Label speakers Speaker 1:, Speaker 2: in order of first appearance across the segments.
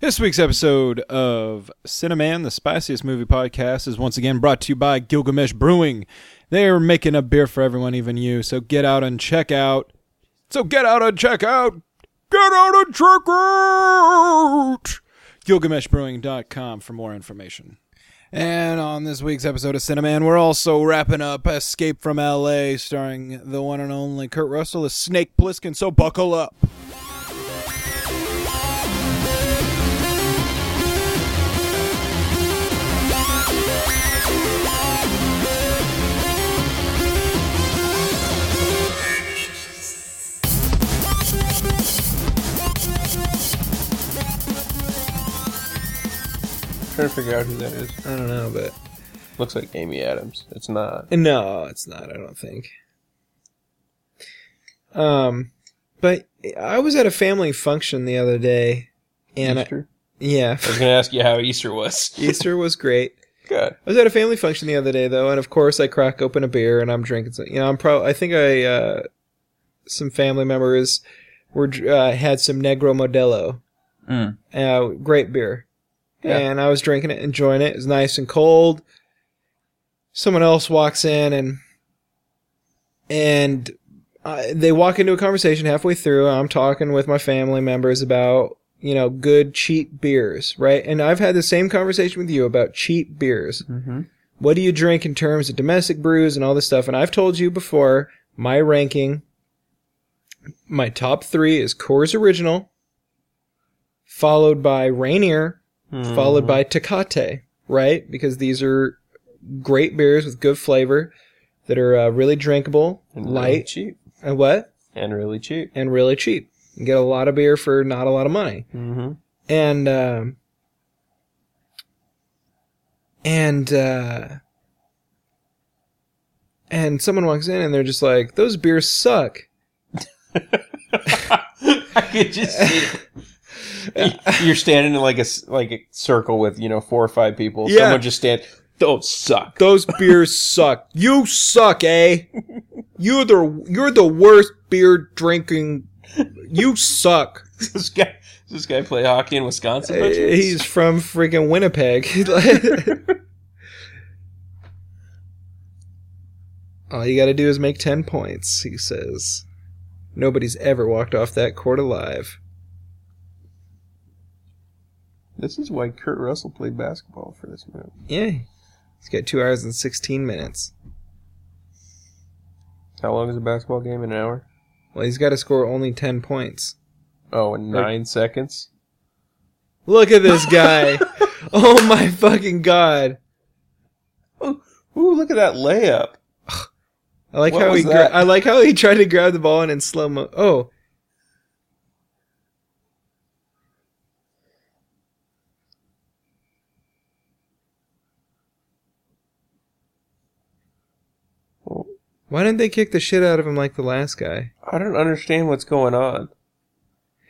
Speaker 1: This week's episode of Cineman, the spiciest movie podcast, is once again brought to you by Gilgamesh Brewing. They're making a beer for everyone, even you. So get out and check out. So get out and check out. Get out and check out. GilgameshBrewing.com for more information. And on this week's episode of Cineman, we're also wrapping up Escape from LA, starring the one and only Kurt Russell as Snake Plissken. So buckle up.
Speaker 2: trying to figure out who that is. I don't know, but looks like Amy Adams. It's not.
Speaker 3: No, it's not. I don't think. Um, but I was at a family function the other day, and I,
Speaker 2: Easter.
Speaker 3: yeah,
Speaker 2: I was gonna ask you how Easter was.
Speaker 3: Easter was great.
Speaker 2: Good.
Speaker 3: I was at a family function the other day though, and of course I crack open a beer and I'm drinking. Some, you know, I'm probably. I think I uh, some family members were dr- uh, had some Negro Modelo,
Speaker 4: Mm.
Speaker 3: uh, great beer,
Speaker 2: Yeah.
Speaker 3: and I was drinking it, enjoying it. It was nice and cold. Someone else walks in and and uh, they walk into a conversation halfway through. I'm talking with my family members about you know good cheap beers, right? And I've had the same conversation with you about cheap beers
Speaker 4: Mm-hmm.
Speaker 3: what do you drink in terms of domestic brews and all this stuff? And I've told you before my ranking. My top three is Coors Original, followed by Rainier,
Speaker 2: Hmm.
Speaker 3: followed by Tecate, right? Because these are great beers with good flavor that are uh, really drinkable,
Speaker 2: and really
Speaker 3: light,
Speaker 2: cheap
Speaker 3: and what?
Speaker 2: and really cheap.
Speaker 3: And really cheap. You get a lot of beer for not a lot of money
Speaker 2: Mm-hmm.
Speaker 3: and um, and uh, and someone walks in and they're just like, "Those beers suck."
Speaker 2: I could just see. it. You- You're standing in like a s- like a circle with you know four or five people.
Speaker 3: Yeah.
Speaker 2: Someone just stand. Don't suck.
Speaker 3: Those beers suck. You suck, eh? You're the you're the worst beer drinking. You suck.
Speaker 2: Does this guy. does This guy play hockey in Wisconsin. by
Speaker 3: Uh,
Speaker 2: chance?
Speaker 3: He's from freaking Winnipeg. All you gotta do is make 10 points, he says. Nobody's ever walked off that court alive.
Speaker 2: This is why Kurt Russell played basketball for this movie.
Speaker 3: Yeah. He's got 2 hours and 16 minutes.
Speaker 2: How long is a basketball game? An hour?
Speaker 3: Well, he's gotta score only 10 points.
Speaker 2: Oh, in nine seconds.
Speaker 3: Look at this guy! oh my fucking god!
Speaker 2: Ooh, look at that layup.
Speaker 3: I like
Speaker 2: What
Speaker 3: how
Speaker 2: was
Speaker 3: he gra-
Speaker 2: that?
Speaker 3: I like how he tried to grab the ball and in slow mo. Oh,
Speaker 2: Well,
Speaker 3: why didn't they kick the shit out of him like the last guy?
Speaker 2: I don't understand what's going on.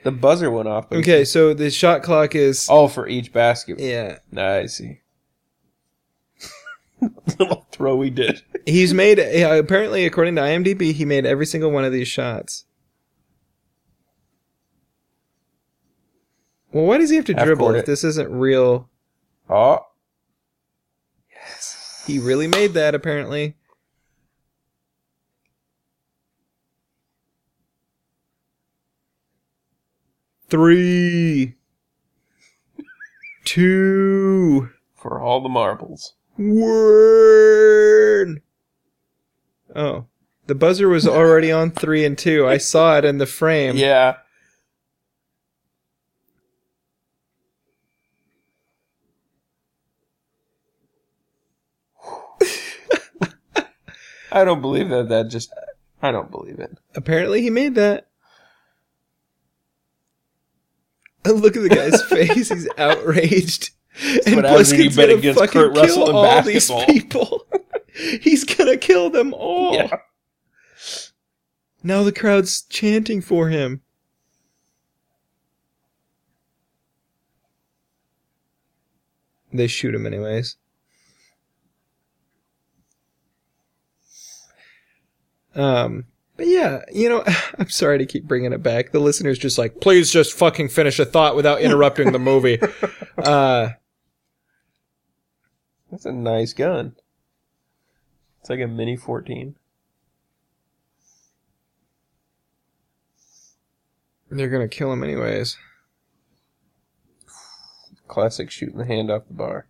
Speaker 2: The buzzer went off. but-
Speaker 3: Okay, so the shot clock is
Speaker 2: All for each basket.
Speaker 3: yeah.
Speaker 2: Nah, I see. Little throw he did.
Speaker 3: He's made yeah, apparently, according to IMDb, he made every single one of these shots. Well, why does he have to
Speaker 2: Half
Speaker 3: dribble
Speaker 2: court
Speaker 3: if
Speaker 2: it.
Speaker 3: this isn't real?
Speaker 2: Oh.
Speaker 3: He really made that, apparently. Three, two,
Speaker 2: For all the marbles.
Speaker 3: Word. Oh, the buzzer was already on three and two. I saw it in the frame.
Speaker 2: Yeah. I don't believe that. That just. I don't believe it.
Speaker 3: Apparently, he made that. Look at the guy's face. He's outraged. and
Speaker 2: what happens when you
Speaker 3: Bliskin's
Speaker 2: bet
Speaker 3: gonna
Speaker 2: against
Speaker 3: fucking
Speaker 2: Kurt Russell
Speaker 3: kill
Speaker 2: in
Speaker 3: all
Speaker 2: basketball.
Speaker 3: these people. He's gonna kill them all.
Speaker 2: Yeah.
Speaker 3: Now the crowd's chanting for him. They shoot him anyways. Um, But yeah, you know, I'm sorry to keep bringing it back. The listener's just like, please just fucking finish a thought without interrupting the movie. Uh,
Speaker 2: That's a nice gun. It's like a mini 14.
Speaker 3: they're gonna kill him anyways.
Speaker 2: Classic shooting the hand off the bar.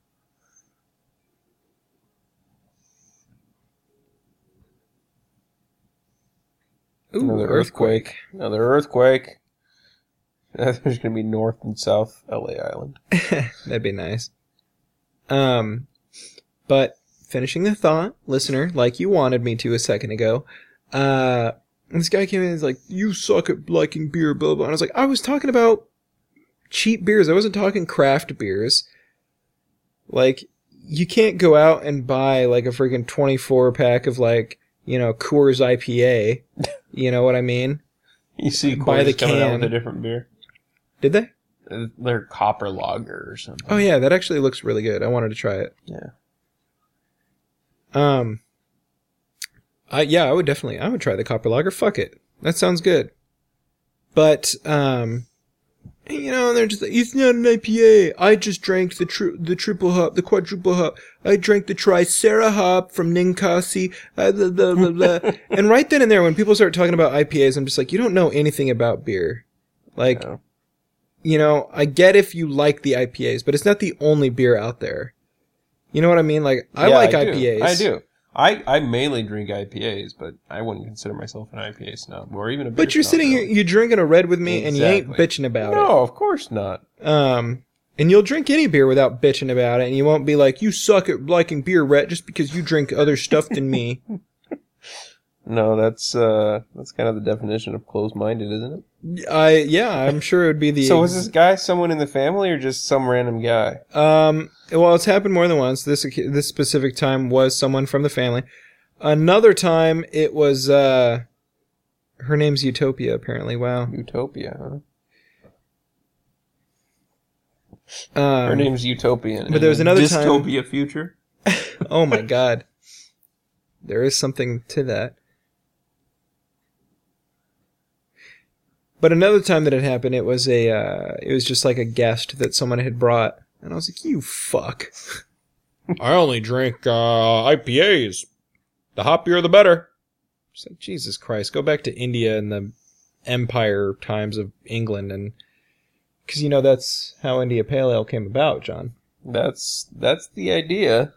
Speaker 3: Ooh,
Speaker 2: Another
Speaker 3: earthquake.
Speaker 2: Another earthquake. There's going to be North and South LA Island.
Speaker 3: That'd be nice. Um, but finishing the thought, listener, like you wanted me to a second ago, uh, this guy came in and was like, You suck at liking beer, blah, blah. And I was like, I was talking about cheap beers. I wasn't talking craft beers. Like, you can't go out and buy like a freaking 24 pack of like, you know, Coors IPA. You know what I mean?
Speaker 2: You see
Speaker 3: By
Speaker 2: Coors
Speaker 3: the
Speaker 2: coming out
Speaker 3: can.
Speaker 2: with a different beer.
Speaker 3: Did they?
Speaker 2: Uh, They're copper lager or something.
Speaker 3: Oh yeah, that actually looks really good. I wanted to try it.
Speaker 2: Yeah.
Speaker 3: Um. I yeah, I would definitely. I would try the copper lager. Fuck it, that sounds good. But um, you know, they're just like, it's not an IPA. I just drank the tri- the triple hop, the quadruple hop. I drank the tricera hop from Ninkasi. Uh, blah, blah, blah, blah. and right then and there, when people start talking about IPAs, I'm just like, you don't know anything about beer. Like,
Speaker 2: No.
Speaker 3: you know, I get if you like the IPAs, but it's not the only beer out there. You know what I mean? Like, I
Speaker 2: Yeah,
Speaker 3: like
Speaker 2: do.
Speaker 3: IPAs.
Speaker 2: I do. I, I mainly drink IPAs, but I wouldn't consider myself an IPA snob or even a beer
Speaker 3: But you're
Speaker 2: snob,
Speaker 3: sitting here,
Speaker 2: really.
Speaker 3: you're drinking a red with me, and you ain't bitching
Speaker 2: Exactly.
Speaker 3: about
Speaker 2: No, of course not.
Speaker 3: it. Um, and you'll drink any beer without bitching about it, and you won't be like, you suck at liking beer, Rhett, just because you drink other stuff than me.
Speaker 2: No, that's uh that's kind of the definition of closed minded, isn't it?
Speaker 3: I, yeah, I'm sure it would be the.
Speaker 2: So was this guy someone in the family or just some random guy?
Speaker 3: Um, well, it's happened more than once. This oc- this specific time was someone from the family. Another time it was uh, her name's Utopia. Apparently, wow.
Speaker 2: Utopia, huh?
Speaker 3: Um,
Speaker 2: Her name's Utopian.
Speaker 3: but there was another time-
Speaker 2: dystopia future.
Speaker 3: Oh my god, there is something to that. But another time that it happened, it was a uh, it was just like a guest that someone had brought, and I was like, "You fuck."
Speaker 1: I only drink uh, IPAs. The hoppier, the better.
Speaker 3: It's like Jesus Christ, go back to India and the empire times of England, and because you know that's how India Pale Ale came about, John.
Speaker 2: That's that's the idea.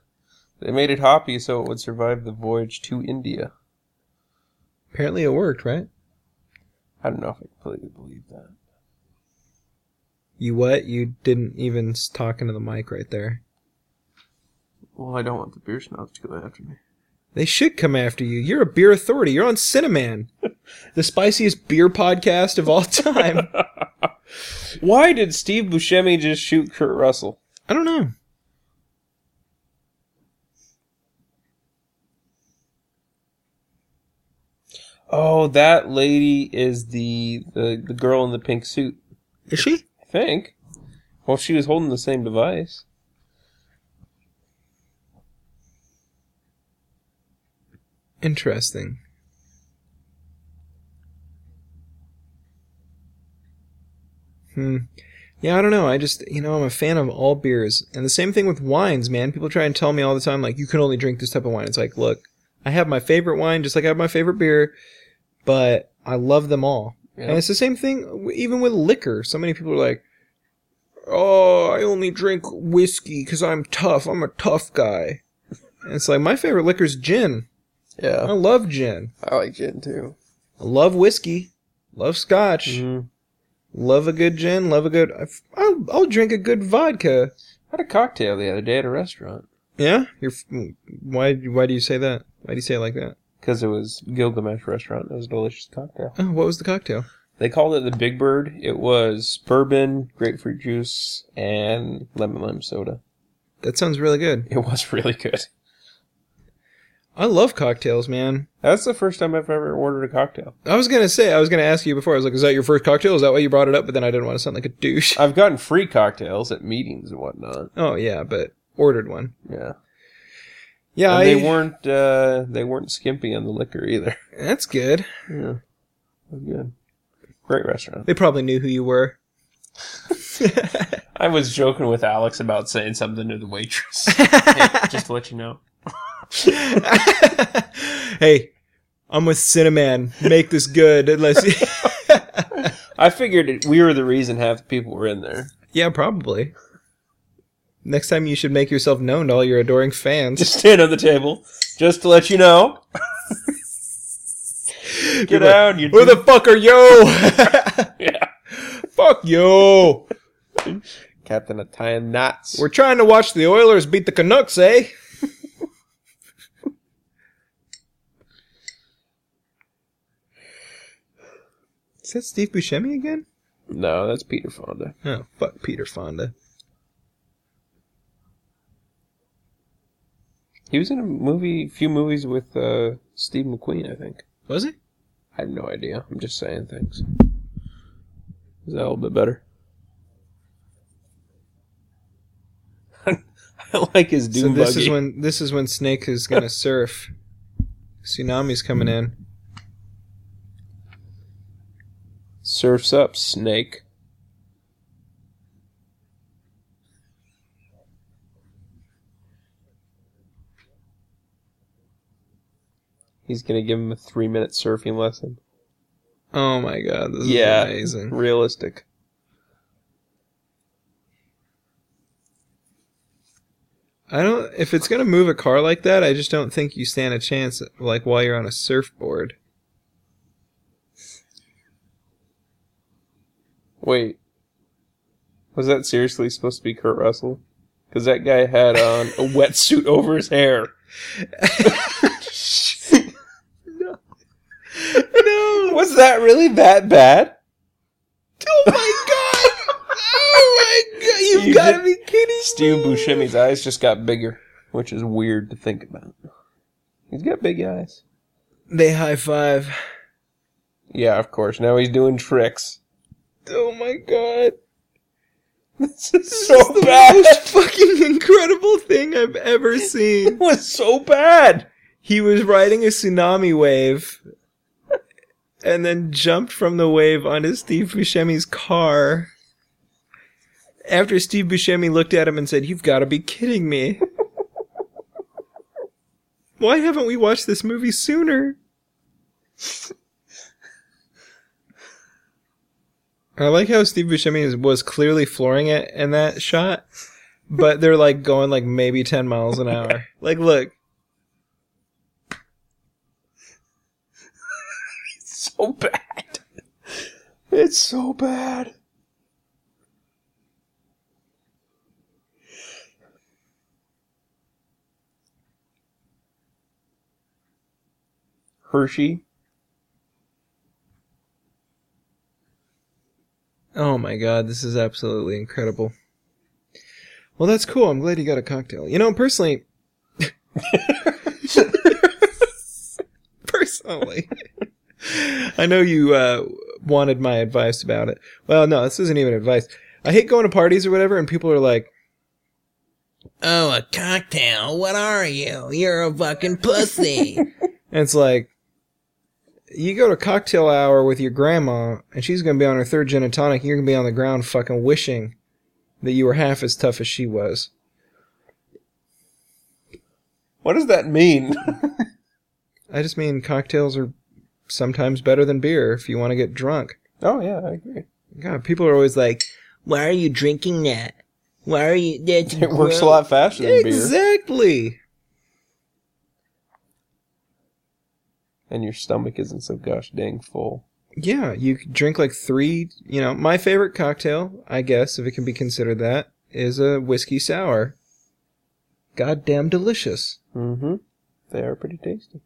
Speaker 2: They made it hoppy so it would survive the voyage to India.
Speaker 3: Apparently, it worked, right?
Speaker 2: I don't know if I completely believe that.
Speaker 3: You what? You didn't even s- talk into the mic right there.
Speaker 2: Well, I don't want the beer snobs to go after me.
Speaker 3: They should come after you. You're a beer authority. You're on Cinnamon, the spiciest beer podcast of all time.
Speaker 2: Why did Steve Buscemi just shoot Kurt Russell?
Speaker 3: I don't know.
Speaker 2: Oh, that lady is the the, the girl in the pink suit.
Speaker 3: Is she?
Speaker 2: I think. Well, she was holding the same device.
Speaker 3: Interesting. Hmm. Yeah, I don't know. I just, you know, I'm a fan of all beers. And the same thing with wines, man. People try and tell me all the time, like, you can only drink this type of wine. It's like, look, I have my favorite wine just like I have my favorite beer, but I love them all. And
Speaker 2: Yep.
Speaker 3: it's the same thing w- even with liquor. So many people are like, oh, I only drink whiskey because I'm tough. I'm a tough guy. And it's like, my favorite liquor's gin. I
Speaker 2: Yeah,
Speaker 3: love gin.
Speaker 2: I like gin too.
Speaker 3: I love whiskey. Love scotch.
Speaker 2: Mm-hmm.
Speaker 3: Love a good gin. Love a good. I've- I'll, I'll drink a good vodka.
Speaker 2: I had a cocktail the other day at a restaurant
Speaker 3: Yeah. You're. f- Why? Why do you say that? Why do you say it like that?
Speaker 2: because it was Gilgamesh restaurant. It was a delicious cocktail.
Speaker 3: Oh, what was the cocktail?
Speaker 2: They called it the Big Bird. It was bourbon, grapefruit juice, and lemon lime soda.
Speaker 3: That sounds really good.
Speaker 2: It was really good.
Speaker 3: I love cocktails, man.
Speaker 2: That's the first time I've ever ordered a cocktail.
Speaker 3: I was gonna say. I was gonna ask you before. I was like, "Is that your first cocktail? Is that why you brought it up?" But then I didn't want to sound like a douche.
Speaker 2: I've gotten free cocktails at meetings and whatnot.
Speaker 3: Oh yeah, but ordered one.
Speaker 2: Yeah.
Speaker 3: Yeah,
Speaker 2: and they
Speaker 3: I,
Speaker 2: weren't uh, they weren't skimpy on the liquor either.
Speaker 3: that's good.
Speaker 2: Yeah, was good. Great restaurant.
Speaker 3: They probably knew who you were.
Speaker 2: I was joking with Alex about saying something to the waitress. Yeah, just to let you know.
Speaker 3: hey, I'm with Cinnamon. Make this good, unless.
Speaker 2: I figured it, we were the reason half the people were in there.
Speaker 3: yeah, probably. Next time, you should make yourself known to all your adoring fans.
Speaker 2: Just stand on the table, just to let you know. Get
Speaker 3: People are-
Speaker 2: out, you
Speaker 3: Where the
Speaker 2: do-
Speaker 3: fuck are yo?
Speaker 2: yeah.
Speaker 3: fuck yo.
Speaker 2: Captain of Tying Knots.
Speaker 3: We're trying to watch the Oilers beat the Canucks, eh? Is that Steve Buscemi again?
Speaker 2: no, that's Peter Fonda.
Speaker 3: Oh, fuck Peter Fonda.
Speaker 2: He was in a movie, few movies with uh, Steve McQueen, I think.
Speaker 3: Was it?
Speaker 2: I have no idea. I'm just saying things. Is that a little bit better? I like his
Speaker 3: So
Speaker 2: doom
Speaker 3: this
Speaker 2: buggy.
Speaker 3: is when this is when Snake is gonna surf. Tsunami's coming in.
Speaker 2: Surfs up, snake. He's gonna give him a three-minute surfing lesson.
Speaker 3: Oh my god, this
Speaker 2: Yeah.
Speaker 3: is amazing.
Speaker 2: Realistic.
Speaker 3: I don't if it's gonna move a car like that, I just don't think you stand a chance like while you're on a surfboard.
Speaker 2: Wait, was that seriously supposed to be Kurt Russell? Because that guy had on a wetsuit over his hair.
Speaker 3: No
Speaker 2: Was that really that bad?
Speaker 3: Oh my god! Oh my god! You've
Speaker 2: You did-
Speaker 3: gotta be kidding me!
Speaker 2: Steve Buscemi's eyes just got bigger, which is weird to think about. He's got big eyes.
Speaker 3: They high five.
Speaker 2: Yeah, of course. Now he's doing tricks.
Speaker 3: Oh my god!
Speaker 2: This is
Speaker 3: This is
Speaker 2: so
Speaker 3: the
Speaker 2: bad.
Speaker 3: most fucking incredible thing I've ever
Speaker 2: It
Speaker 3: seen.
Speaker 2: was so bad.
Speaker 3: He was riding a tsunami wave, and then jumped from the wave onto Steve Buscemi's car. After Steve Buscemi looked at him and said, "You've got to be kidding me." Why haven't we watched this movie sooner? I like how Steve Buscemi is, was clearly flooring it in that shot, but they're like going like maybe 10 miles an hour. Like, look,
Speaker 2: So bad. It's so bad. Hershey.
Speaker 3: oh my god, this is absolutely incredible. Well, that's cool. I'm glad you got a cocktail. You know, personally, personally, I know you uh, wanted my advice about it. Well, no, this isn't even advice. I hate going to parties or whatever, and people are like,
Speaker 4: Oh, a cocktail. What are you? You're a fucking pussy.
Speaker 3: And it's like, you go to cocktail hour with your grandma, and she's going to be on her third gin and tonic, and you're going to be on the ground fucking wishing that you were half as tough as she was.
Speaker 2: What does that mean?
Speaker 3: I just mean cocktails are sometimes better than beer if you want to get drunk.
Speaker 2: oh yeah, I agree.
Speaker 3: God, people are always like,
Speaker 4: Why are you drinking that? Why are you? That's
Speaker 2: It works a lot faster than beer.
Speaker 3: exactly.
Speaker 2: And your stomach isn't so gosh dang full.
Speaker 3: Yeah, you could drink like three, you know, my favorite cocktail, I guess, if it can be considered that, is a whiskey sour. Goddamn delicious.
Speaker 2: Mm-hmm. They are pretty tasty.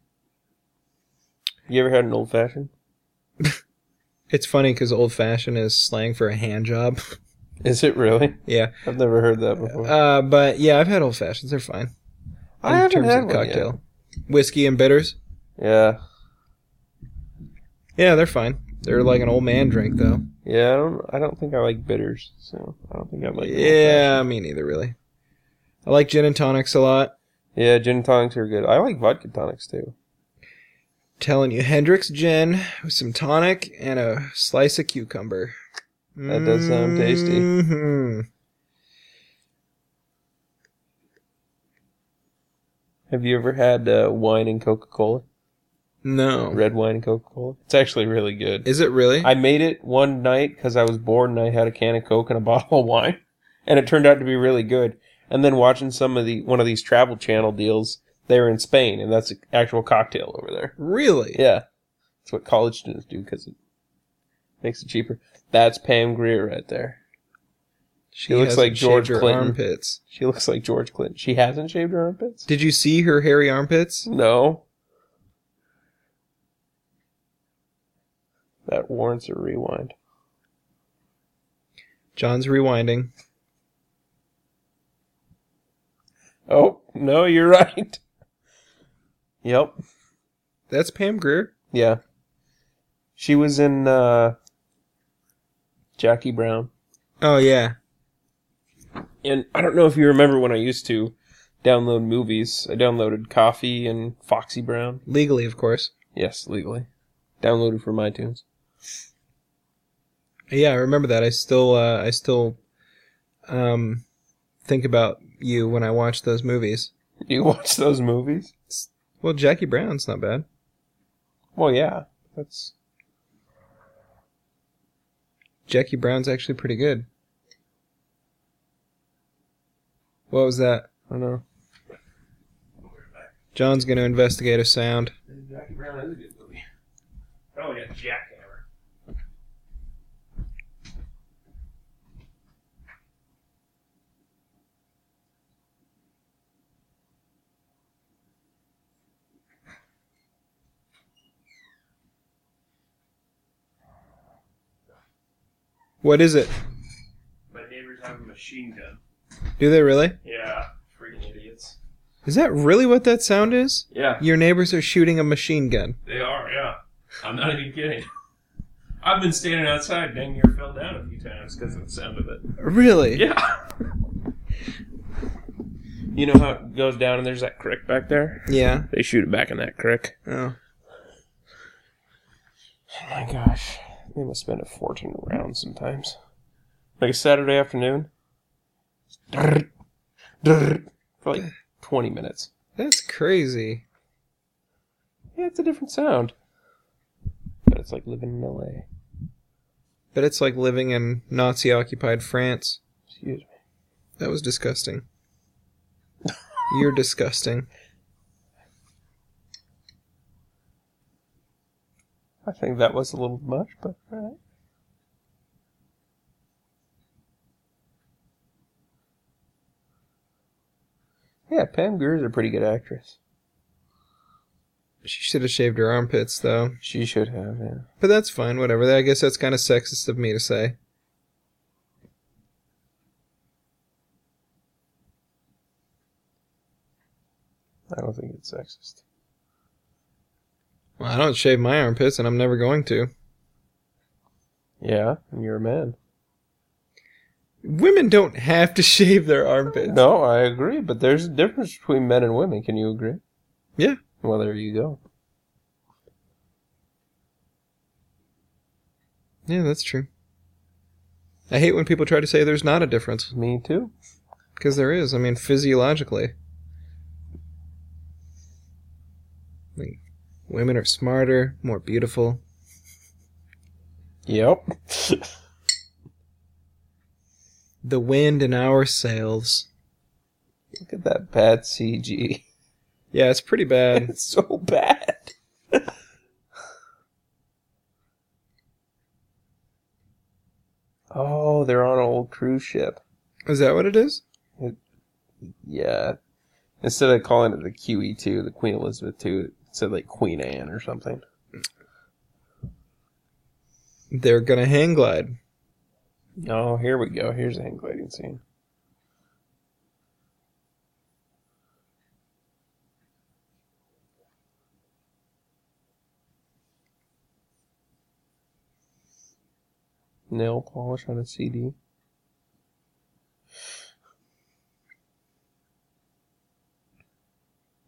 Speaker 2: You ever had an old fashioned?
Speaker 3: It's funny because old fashioned is slang for a hand job.
Speaker 2: Is it really?
Speaker 3: yeah.
Speaker 2: I've never heard that before.
Speaker 3: Uh, but yeah, I've had old fashions. They're fine.
Speaker 2: I haven't had one yet.
Speaker 3: Whiskey and bitters.
Speaker 2: Yeah.
Speaker 3: Yeah, they're fine. They're like an old man drink, though.
Speaker 2: Yeah, I don't I don't think I like bitters, so I don't think I like an old
Speaker 3: yeah, me neither, really. I like gin and tonics a lot.
Speaker 2: fashioned. Yeah, gin and tonics are good. I like vodka tonics too.
Speaker 3: Telling you, Hendrix gin with some tonic and a slice of cucumber.
Speaker 2: That does sound tasty.
Speaker 3: Mhm.
Speaker 2: Have you ever had uh, wine and Coca Cola?
Speaker 3: No.
Speaker 2: Red wine and Coca Cola? It's actually really good.
Speaker 3: Is it really?
Speaker 2: I made it one night because I was bored and I had a can of Coke and a bottle of wine, and it turned out to be really good. And then watching some of the one of these travel channel deals, they were in Spain, and that's an actual cocktail over there.
Speaker 3: really?
Speaker 2: Yeah, that's what college students do because it makes it cheaper. That's Pam Greer right there.
Speaker 3: She
Speaker 2: looks
Speaker 3: hasn't
Speaker 2: like George
Speaker 3: shaved her
Speaker 2: Clinton.
Speaker 3: armpits.
Speaker 2: She looks like George Clinton. She hasn't shaved her armpits.
Speaker 3: Did you see her hairy armpits?
Speaker 2: No. That warrants a rewind.
Speaker 3: John's rewinding.
Speaker 2: Oh, no, you're right. Yep.
Speaker 3: That's Pam Greer.
Speaker 2: Yeah. She was in uh Jackie Brown.
Speaker 3: Oh yeah.
Speaker 2: And I don't know if you remember when I used to download movies. I downloaded Coffee and Foxy Brown.
Speaker 3: Legally, of course.
Speaker 2: Yes, legally. Downloaded from iTunes.
Speaker 3: Yeah, I remember that. I still, uh, I still, um, think about you when I watch those movies.
Speaker 2: You watch those movies?
Speaker 3: Well, Jackie Brown's not bad.
Speaker 2: Well, yeah. That's
Speaker 3: Jackie Brown's actually pretty good. What was that?
Speaker 2: I don't know.
Speaker 3: John's gonna investigate a sound.
Speaker 2: Jackie Brown is a good movie. Oh, yeah, Jackhammer.
Speaker 3: What is it?
Speaker 5: My neighbors have a machine gun.
Speaker 3: Do they really?
Speaker 5: Yeah, freaking idiots.
Speaker 3: Is that really what that sound is?
Speaker 5: Yeah,
Speaker 3: Your neighbors are shooting a machine gun.
Speaker 5: they are. Yeah, I'm not even kidding. I've been standing outside, dang near fell down a few times because of the sound of it.
Speaker 3: Really?
Speaker 5: Yeah,
Speaker 2: You know how it goes down and there's that crick back there?
Speaker 3: Yeah.
Speaker 2: They shoot it back in that crick.
Speaker 3: Oh.
Speaker 2: Oh my gosh. They must spend a fortune around sometimes. Like a Saturday afternoon. Drrrt, drrrt, for like 20 minutes.
Speaker 3: That's crazy.
Speaker 2: Yeah, it's a different sound. But it's like living in LA.
Speaker 3: But it's like living in Nazi occupied France.
Speaker 2: Excuse me.
Speaker 3: That was disgusting. You're disgusting.
Speaker 2: I think that was a little much, but alright. Yeah, Pam Grier's a pretty good actress.
Speaker 3: She should have shaved her armpits, though.
Speaker 2: She should have, yeah.
Speaker 3: But that's fine, whatever. I guess that's kind of sexist of me to say.
Speaker 2: I don't think it's sexist.
Speaker 3: Well, I don't shave my armpits, and I'm never going to.
Speaker 2: Yeah, and you're a man.
Speaker 3: Women don't have to shave their armpits.
Speaker 2: No, I agree, but there's a difference between men and women. Can you agree?
Speaker 3: Yeah.
Speaker 2: Well, there you go.
Speaker 3: Yeah, that's true. I hate when people try to say there's not a difference,
Speaker 2: Me too.
Speaker 3: because there is. I mean, physiologically. Like, women are smarter, more beautiful.
Speaker 2: Yep.
Speaker 3: The wind in our sails.
Speaker 2: Look at that bad CG.
Speaker 3: Yeah, it's pretty bad.
Speaker 2: It's so bad. oh, they're on an old cruise ship.
Speaker 3: Is that what it is?
Speaker 2: Yeah. Instead of calling it the QE2, the Queen Elizabeth 2, it said like Queen Anne or something.
Speaker 3: They're gonna hang glide.
Speaker 2: Oh, here we go. Here's a hang gliding scene. Nail polish on a CD.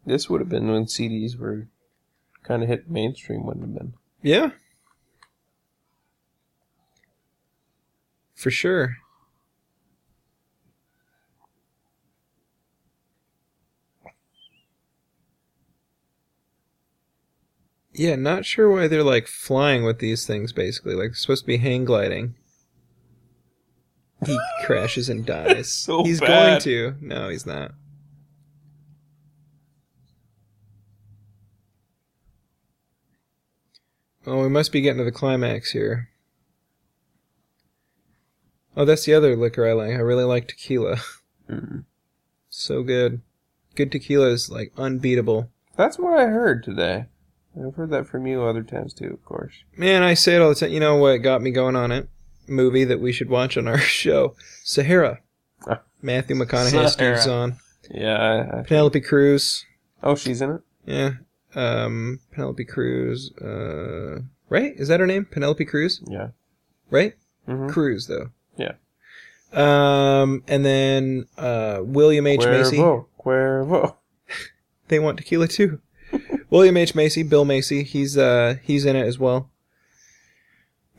Speaker 2: This would have been when CDs were kind of hit mainstream, wouldn't have been.
Speaker 3: Yeah. For sure. Yeah, not sure why they're like flying with these things basically. Like it's supposed to be hang gliding. He crashes and dies.
Speaker 2: so
Speaker 3: he's
Speaker 2: bad.
Speaker 3: going to. No, he's not. Oh, we must be getting to the climax here. Oh, that's the other liquor I like. I really like tequila.
Speaker 2: Mm.
Speaker 3: So good. Good tequila is like unbeatable.
Speaker 2: That's what I heard today. I've heard that from you other times too, of course.
Speaker 3: Man, I say it all the time. You know what got me going on it? Movie that we should watch on our show Sahara.
Speaker 2: Ah.
Speaker 3: Matthew McConaughey
Speaker 2: Sahara.
Speaker 3: Steve's on.
Speaker 2: Yeah. I, I,
Speaker 3: Penelope Cruz.
Speaker 2: oh, she's in it.
Speaker 3: Yeah. Um, Penelope Cruz. Uh, right? Is that her name? Penelope Cruz?
Speaker 2: Yeah.
Speaker 3: Right?
Speaker 2: Mm-hmm.
Speaker 3: Cruz, though.
Speaker 2: Yeah.
Speaker 3: Um, and then uh, William H. Macy.
Speaker 2: Cuervo, Cuervo.
Speaker 3: They want tequila too. William H. Macy, Bill Macy, he's uh he's in it as well.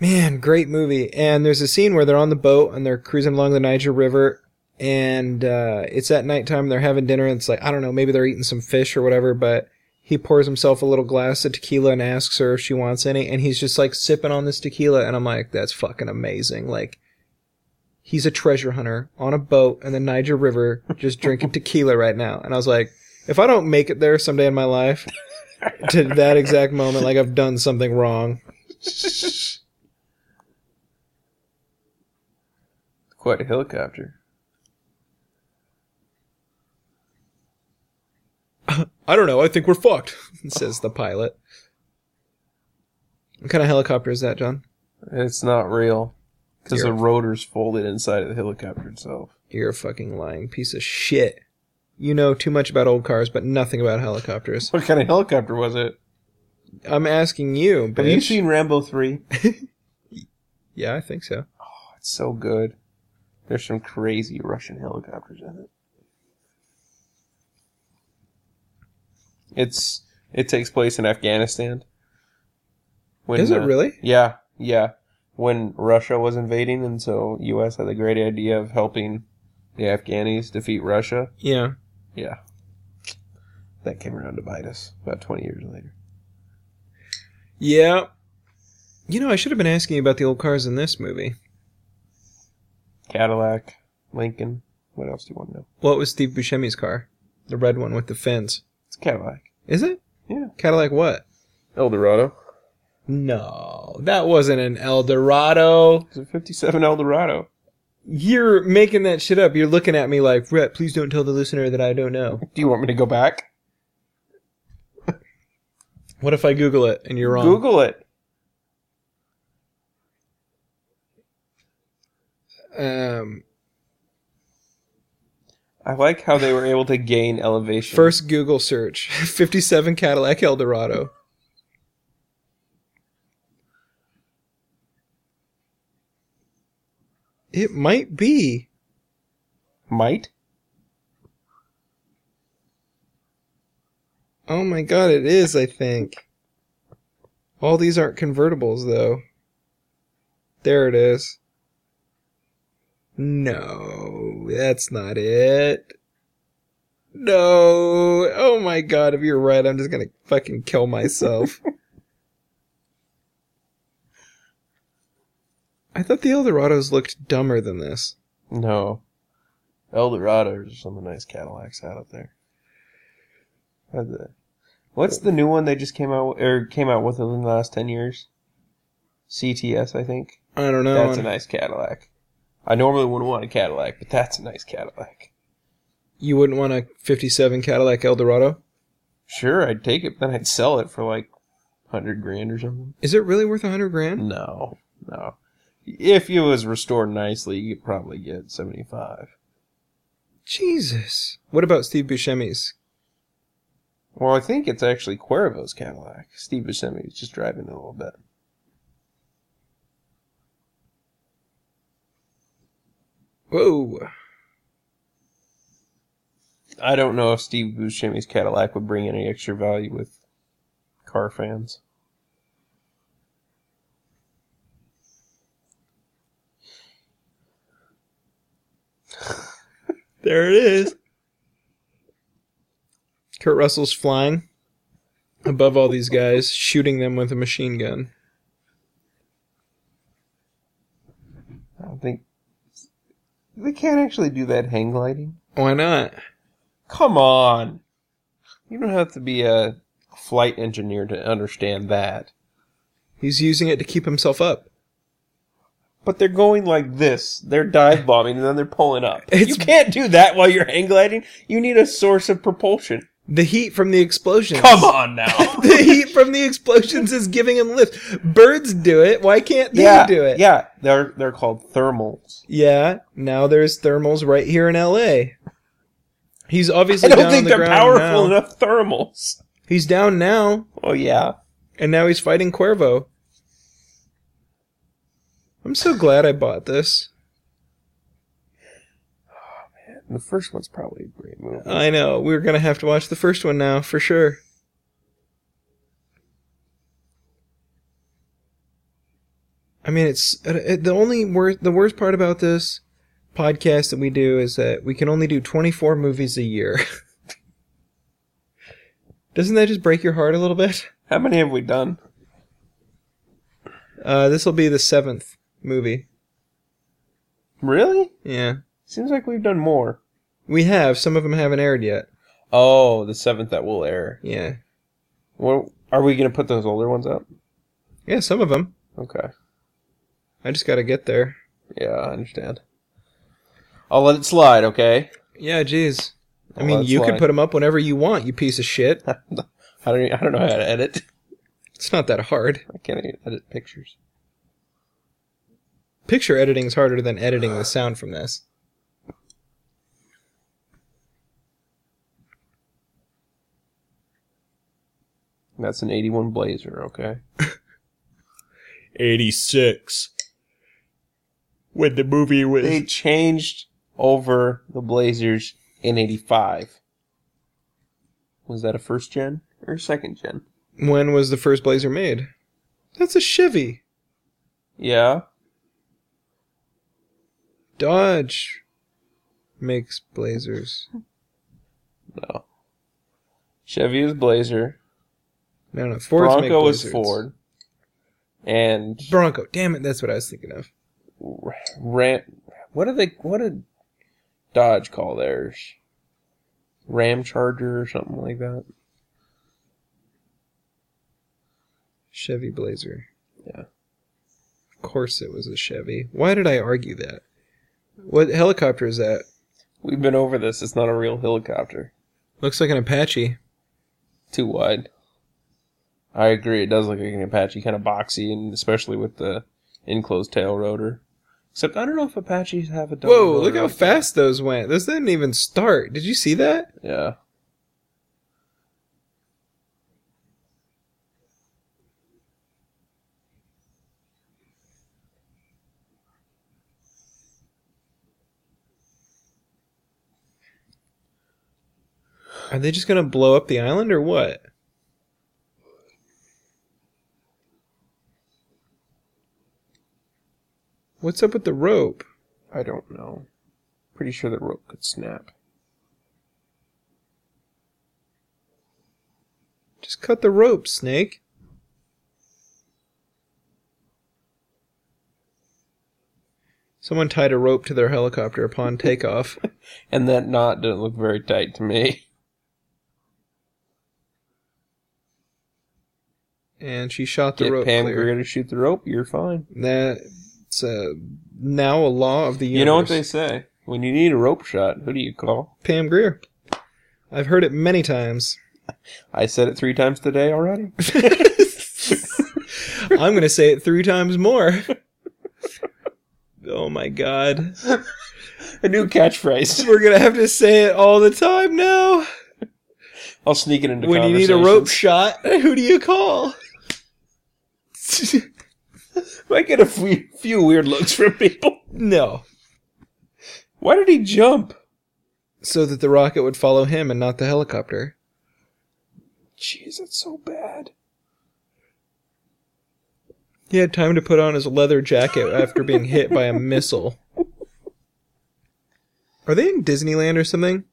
Speaker 3: Man, great movie. And there's a scene where they're on the boat and they're cruising along the Niger River and uh it's at nighttime they're having dinner and it's like I don't know, maybe they're eating some fish or whatever, but he pours himself a little glass of tequila and asks her if she wants any and he's just like sipping on this tequila and I'm like that's fucking amazing. Like he's a treasure hunter on a boat in the Niger River just drinking tequila right now. And I was like if I don't make it there someday in my life to that exact moment, like I've done something wrong.
Speaker 2: Quite a helicopter.
Speaker 3: I don't know. I think we're fucked, says the pilot. What kind of helicopter is that, John?
Speaker 2: It's not real because the
Speaker 3: You're-
Speaker 2: rotor's folded inside of the helicopter itself.
Speaker 3: You're a fucking lying piece of shit. You know too much about old cars, but nothing about helicopters.
Speaker 2: What kind of helicopter was it?
Speaker 3: I'm asking you, bitch.
Speaker 2: Have you seen Rambo 3?
Speaker 3: Yeah, I think so.
Speaker 2: Oh, It's so good. There's some crazy Russian helicopters in it. It's it takes place in Afghanistan. When,
Speaker 3: Is it
Speaker 2: uh,
Speaker 3: really?
Speaker 2: Yeah, yeah. When Russia was invading, and so U.S. had the great idea of helping the Afghanis defeat Russia.
Speaker 3: Yeah.
Speaker 2: Yeah, that came around to bite us about 20 years later.
Speaker 3: Yeah. You know, I should have been asking you about the old cars in this movie.
Speaker 2: Cadillac, Lincoln. What else do you want to know?
Speaker 3: What was Steve Buscemi's car? The red one with the fins.
Speaker 2: It's Cadillac.
Speaker 3: Is it?
Speaker 2: Yeah.
Speaker 3: Cadillac what?
Speaker 2: Eldorado.
Speaker 3: No, that wasn't an El Dorado.
Speaker 2: It's a 57 Eldorado.
Speaker 3: You're making that shit up. You're looking at me like, Rhett, please don't tell the listener that I don't know.
Speaker 2: Do you want me to go back?
Speaker 3: What if I Google it and you're wrong?
Speaker 2: Google it.
Speaker 3: Um,
Speaker 2: I like how they were able to gain elevation.
Speaker 3: first Google search 57 Cadillac Eldorado. It might be.
Speaker 2: might
Speaker 3: Oh my god, it is, I think. All these aren't convertibles, though. There it is. No, that's not it. No. Oh my god, if you're right, I'm just gonna fucking kill myself. I thought the Eldorados looked dumber than this.
Speaker 2: no. Eldorados are some of the nice Cadillacs out up there. Are the- What's the new one they just came out or came out with in the last ten years? CTS, I think.
Speaker 3: I don't know.
Speaker 2: That's a nice Cadillac. I normally wouldn't want a Cadillac, but that's a nice Cadillac.
Speaker 3: you wouldn't want a 57 Cadillac Eldorado?
Speaker 2: Sure, I'd take it, but then I'd sell it for like hundred grand or something.
Speaker 3: Is it really worth a 100 grand?
Speaker 2: No, no. If it was restored nicely, you could probably get seventy-five.
Speaker 3: Jesus. What about Steve Buscemi's?
Speaker 2: Well, I think it's actually Cuervo's Cadillac. Steve Buscemi was just driving it a little bit.
Speaker 3: Whoa.
Speaker 2: I don't know if Steve Buscemi's Cadillac would bring any extra value with car fans.
Speaker 3: There it is. Kurt Russell's flying above all these guys, shooting them with a machine gun.
Speaker 2: I don't think they can't actually do that hang gliding.
Speaker 3: Why not?
Speaker 2: Come on. You don't have to be a flight engineer to understand that.
Speaker 3: He's using it to keep himself up.
Speaker 2: But they're going like this. They're dive bombing and then they're pulling up.
Speaker 3: It's-
Speaker 2: you can't do that while you're hang gliding. You need a source of propulsion.
Speaker 3: The heat from the explosions.
Speaker 2: Come on now.
Speaker 3: the heat from the explosions is giving him lift. Birds do it. Why can't they
Speaker 2: yeah,
Speaker 3: do it?
Speaker 2: yeah. They're they're called thermals.
Speaker 3: Yeah, now there's thermals right here in LA. He's
Speaker 2: I
Speaker 3: obviously
Speaker 2: don't
Speaker 3: down
Speaker 2: think
Speaker 3: on the
Speaker 2: they're
Speaker 3: ground now.
Speaker 2: powerful enough thermals.
Speaker 3: He's down now,
Speaker 2: Oh yeah.
Speaker 3: and now he's fighting Cuervo. I'm so glad I bought this.
Speaker 2: The first one's probably a great movie.
Speaker 3: I know, we're gonna have to watch the first one now, for sure. I mean, it's uh, it, the only worst. The worst part about this podcast that we do is that we can only do 24 movies a year. Doesn't that just break your heart a little bit?
Speaker 2: How many have we done?
Speaker 3: Uh, this will be the seventh movie.
Speaker 2: Really?
Speaker 3: Yeah,
Speaker 2: Seems like we've done more.
Speaker 3: we have. Some of them haven't aired yet.
Speaker 2: Oh, the seventh that will air.
Speaker 3: Yeah,
Speaker 2: Well, are we gonna put those older ones up?
Speaker 3: yeah, some of them.
Speaker 2: Okay.
Speaker 3: I just gotta get there.
Speaker 2: Yeah, I understand. I'll let it slide, okay?
Speaker 3: Yeah, jeez. I
Speaker 2: I'll
Speaker 3: mean,
Speaker 2: let it
Speaker 3: you could
Speaker 2: slide.
Speaker 3: put them up whenever you want, you piece of shit.
Speaker 2: I don't. I don't know how to edit.
Speaker 3: It's not that hard.
Speaker 2: I can't even edit pictures.
Speaker 3: Picture editing is harder than editing the sound from this.
Speaker 2: That's an eighty-one Blazer, okay?
Speaker 3: 86. When the movie was.
Speaker 2: They changed over the Blazers in eighty-five. Was that a first gen or a second gen?
Speaker 3: When was the first Blazer made? That's a Chevy.
Speaker 2: Yeah.
Speaker 3: Dodge makes Blazers.
Speaker 2: No. Chevy is Blazer.
Speaker 3: No, no, Ford's make
Speaker 2: Bronco is
Speaker 3: Blazers.
Speaker 2: Ford. And
Speaker 3: Bronco, damn it, that's what I was thinking of.
Speaker 2: Ram. What do they? What did Dodge call theirs? Ram Charger or something like that.
Speaker 3: Chevy Blazer.
Speaker 2: Yeah.
Speaker 3: Of course it was a Chevy. Why did I argue that? What helicopter is that?
Speaker 2: We've been over this. It's not a real helicopter.
Speaker 3: Looks like an Apache.
Speaker 2: Too wide. I agree. It does look like an Apache, kind of boxy, and especially with the enclosed tail rotor. Except I don't know if Apaches have a. double
Speaker 3: Whoa,
Speaker 2: rotor
Speaker 3: look how
Speaker 2: like that.
Speaker 3: fast those went. Those didn't even start. Did you see that?
Speaker 2: Yeah.
Speaker 3: Are they just going to blow up the island or what? What's up with the rope?
Speaker 2: I don't know. Pretty sure the rope could snap.
Speaker 3: Just cut the rope, Snake. Someone tied a rope to their helicopter upon takeoff.
Speaker 2: And that knot didn't look very tight to me.
Speaker 3: and she shot the
Speaker 2: Get
Speaker 3: rope
Speaker 2: Pam
Speaker 3: clear.
Speaker 2: Grier to shoot the rope. You're fine.
Speaker 3: That's uh, now a law of the universe.
Speaker 2: You know what they say? When you need a rope shot, who do you call?
Speaker 3: Pam Greer. I've heard it many times.
Speaker 2: I said it three times today already.
Speaker 3: I'm going to say it three times more. Oh my god.
Speaker 2: a new catchphrase.
Speaker 3: We're going to have to say it all the time now.
Speaker 2: I'll sneak it into
Speaker 3: When you need a rope shot, who do you call?
Speaker 2: conversations. I get a few, few weird looks from people.
Speaker 3: no.
Speaker 2: Why did he jump?
Speaker 3: so that the rocket would follow him and not the helicopter.
Speaker 2: Jeez, that's so bad.
Speaker 3: He had time to put on his leather jacket after being hit by a missile. Are they in Disneyland or something?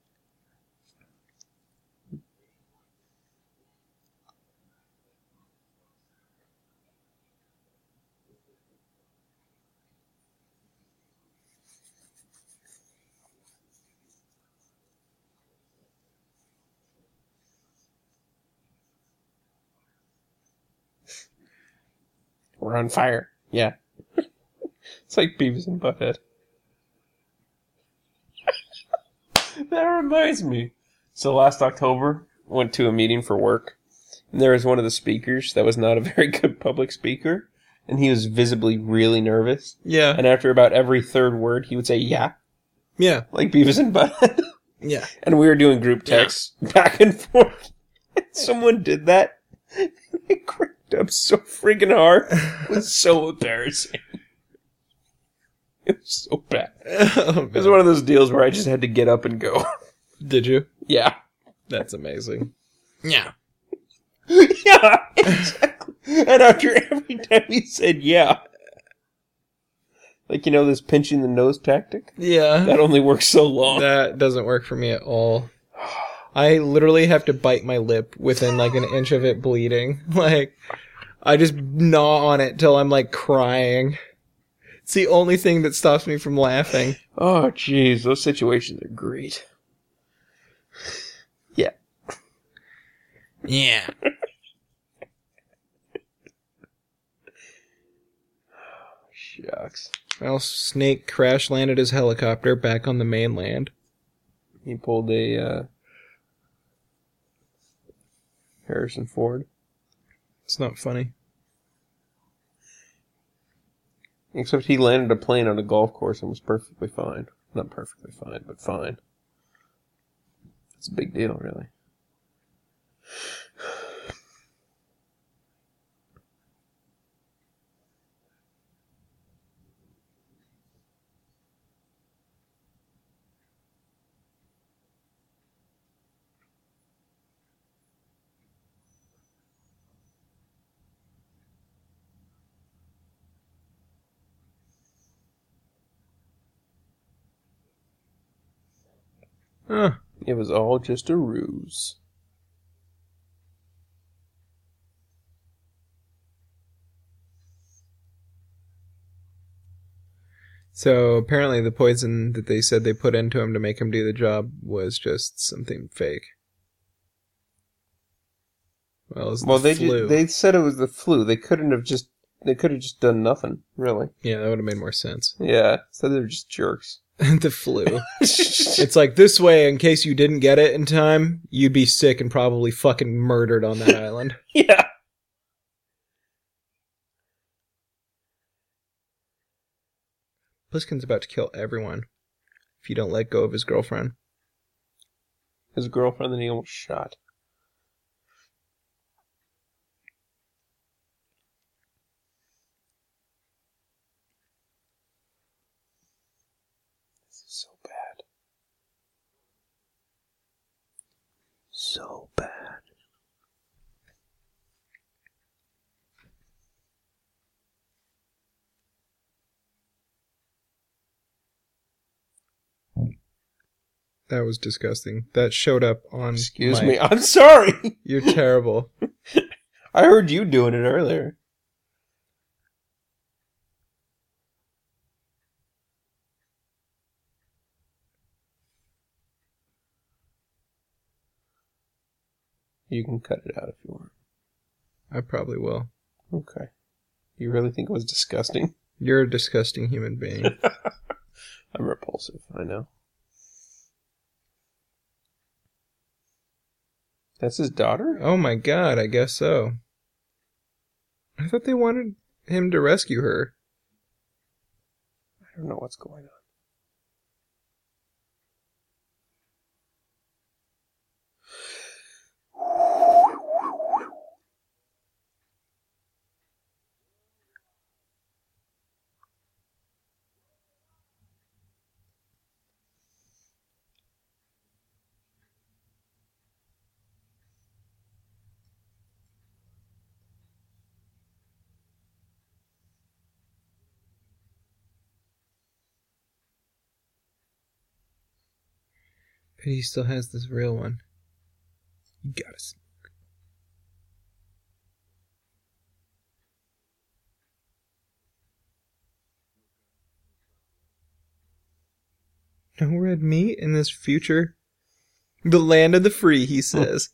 Speaker 2: We're on fire. Yeah. it's like Beavis and Butthead. that reminds me. So last October, I went to a meeting for work, and there was one of the speakers that was not a very good public speaker, and he was visibly really nervous.
Speaker 3: Yeah.
Speaker 2: And after about every third word, he would say, yeah,
Speaker 3: Yeah.
Speaker 2: like Beavis and Butthead.
Speaker 3: Yeah.
Speaker 2: and we were doing group texts back and forth. Someone did that. I cracked up so freaking hard. It was so embarrassing. It was so bad.
Speaker 3: Oh,
Speaker 2: It was
Speaker 3: man.
Speaker 2: one of those deals where I just had to get up and go.
Speaker 3: Did you?
Speaker 2: yeah.
Speaker 3: That's amazing.
Speaker 4: Yeah.
Speaker 2: Yeah, exactly. And after every time he said yeah. Like, you know, this pinching the nose tactic?
Speaker 3: Yeah.
Speaker 2: That only works so long.
Speaker 3: That doesn't work for me at all. I literally have to bite my lip within like an inch of it bleeding. Like, I just gnaw on it till I'm like crying. It's the only thing that stops me from laughing.
Speaker 2: Oh, jeez, those situations are great.
Speaker 4: Yeah.
Speaker 2: Shucks.
Speaker 3: Well, Snake crash landed his helicopter back on the mainland.
Speaker 2: He pulled a uh, Harrison Ford.
Speaker 3: It's not funny.
Speaker 2: Except he landed a plane on a golf course and was perfectly fine. Not perfectly fine, but fine. It's a big deal, really.
Speaker 3: Huh.
Speaker 2: It was all just a ruse.
Speaker 3: So apparently, the poison that they said they put into him to make him do the job was just something fake. Well, it's
Speaker 2: Well,
Speaker 3: the
Speaker 2: they
Speaker 3: flu.
Speaker 2: ju- they said it was the flu. They couldn't have just they could have just done nothing, really.
Speaker 3: yeah, that would have made more sense.
Speaker 2: Yeah, so they're just jerks.
Speaker 3: the flu. it's like this way. In case you didn't get it in time, you'd be sick and probably fucking murdered on that island.
Speaker 2: yeah.
Speaker 3: Pliskin's about to kill everyone if you don't let go of his girlfriend.
Speaker 2: His girlfriend that he almost shot. This is so bad. So bad.
Speaker 3: That was disgusting. That showed up on.
Speaker 2: Excuse
Speaker 3: my-
Speaker 2: me. I'm sorry.
Speaker 3: You're terrible.
Speaker 2: I heard you doing it earlier. You can cut it out if you want.
Speaker 3: I probably will.
Speaker 2: Okay. You really think it was disgusting?
Speaker 3: You're a disgusting human being.
Speaker 2: I'm repulsive, I know. That's his daughter?
Speaker 3: Oh my god, I guess so. I thought they wanted him to rescue her.
Speaker 2: I don't know what's going on.
Speaker 3: But he still has this real one. You gotta smoke. No red meat in this future. The land of the free, he says.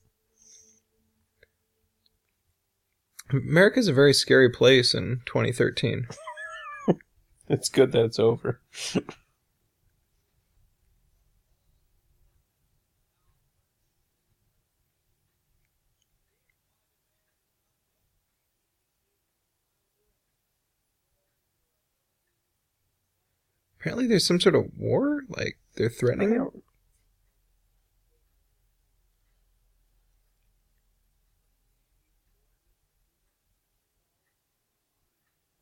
Speaker 3: America's a very scary place in 2013.
Speaker 2: It's good that it's over.
Speaker 3: Apparently, there's some sort of war. Like they're threatening it.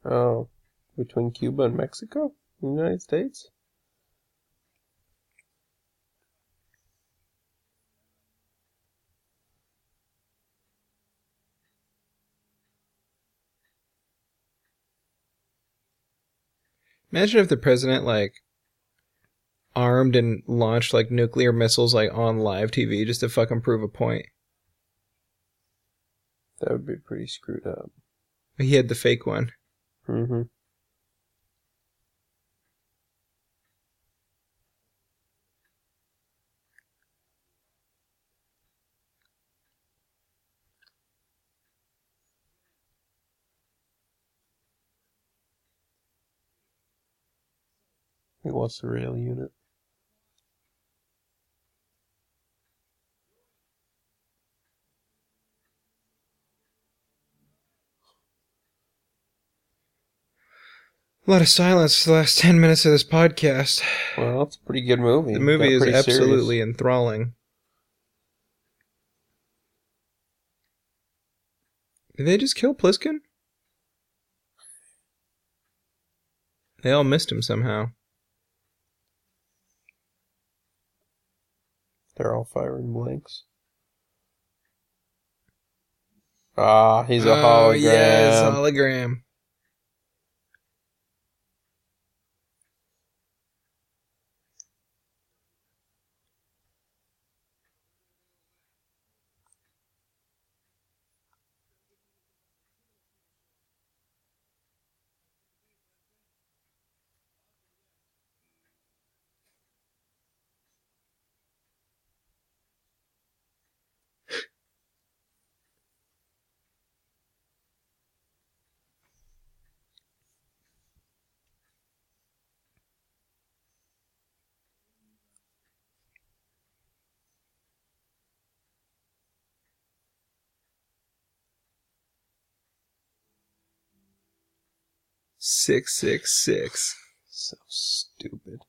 Speaker 2: Oh, between Cuba and Mexico, United States.
Speaker 3: Imagine if the president like armed and launched like nuclear missiles like on live TV just to fucking prove a point.
Speaker 2: That would be pretty screwed up.
Speaker 3: But He had the fake one.
Speaker 2: Mm-hmm. He wants the rail unit.
Speaker 3: A lot of silence the last ten minutes of this podcast.
Speaker 2: Well, it's a pretty good movie.
Speaker 3: The
Speaker 2: It got
Speaker 3: movie is
Speaker 2: pretty serious.
Speaker 3: absolutely enthralling. Did they just kill Pliskin? They all missed him somehow.
Speaker 2: They're all firing blanks. Ah, he's a
Speaker 3: Oh,
Speaker 2: hologram.
Speaker 3: Yes, hologram. Six six six.
Speaker 2: So stupid.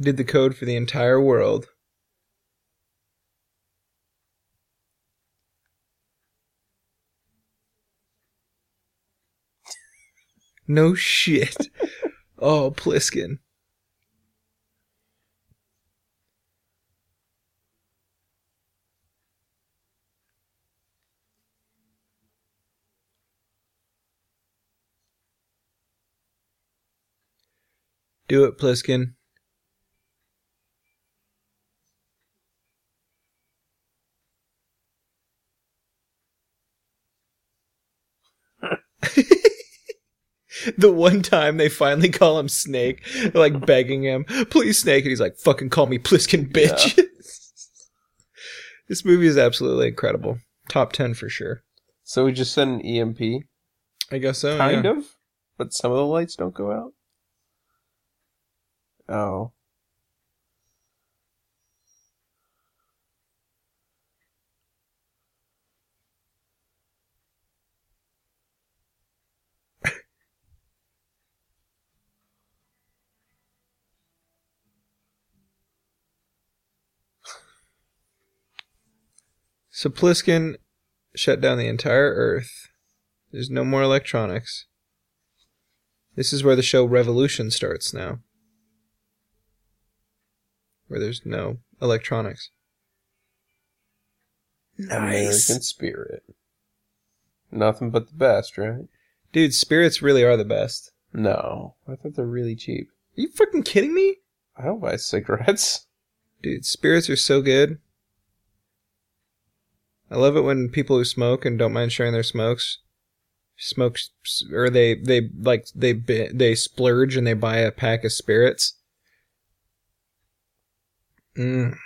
Speaker 3: Did the code for the entire world. No shit. oh, Pliskin. Do it, Pliskin. the one time they finally call him Snake, they're, like begging him, please Snake, and he's like, fucking call me Pliskin, bitch. this movie is absolutely incredible. Top ten for sure.
Speaker 2: So we just sent
Speaker 6: E
Speaker 2: an EMP,
Speaker 3: I guess so.
Speaker 2: kind
Speaker 3: yeah.
Speaker 2: of, but some of the lights don't go out. Oh,
Speaker 3: So Pliskin shut down the entire Earth. There's no more electronics. This is where the show Revolution starts now. Where there's no electronics.
Speaker 2: American Spirit. Nothing but the best, right?
Speaker 3: Dude, spirits really are the best.
Speaker 2: No, I thought they're really cheap.
Speaker 3: Are you fucking kidding me?
Speaker 6: I don't buy cigarettes.
Speaker 3: Dude, spirits are so good. I love it when people who smoke and don't mind sharing their smokes smoke s- or they they like they bi- they splurge and they buy a pack of spirits. Mm.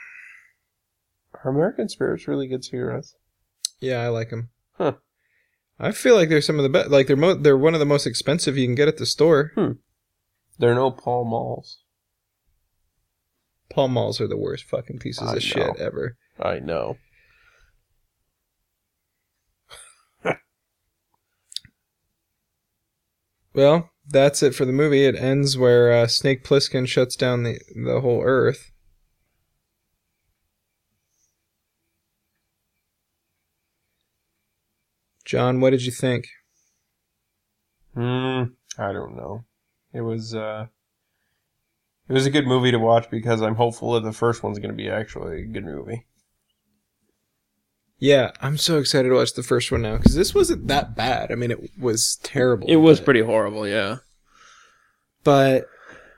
Speaker 6: Are American spirits really good cigarettes?
Speaker 3: Yeah, I like them.
Speaker 6: Huh.
Speaker 3: I feel like they're some of the best. Like they're mo- they're one of the most expensive you can get at the store.
Speaker 6: There are no Pall Malls.
Speaker 3: Pall Malls are the worst fucking pieces
Speaker 6: I
Speaker 3: of
Speaker 6: know.
Speaker 3: shit ever.
Speaker 6: I know.
Speaker 3: Well, that's it for the movie. It ends where uh, Snake Plissken shuts down the, the whole Earth. John, what did you think?
Speaker 6: Hmm. I don't know. It was uh, it was a good movie to watch because I'm hopeful that the first one's going to be actually a good movie.
Speaker 3: Yeah, I'm so excited to watch the first one now because this wasn't that bad. I mean, it was terrible. but-
Speaker 2: pretty horrible, yeah.
Speaker 3: but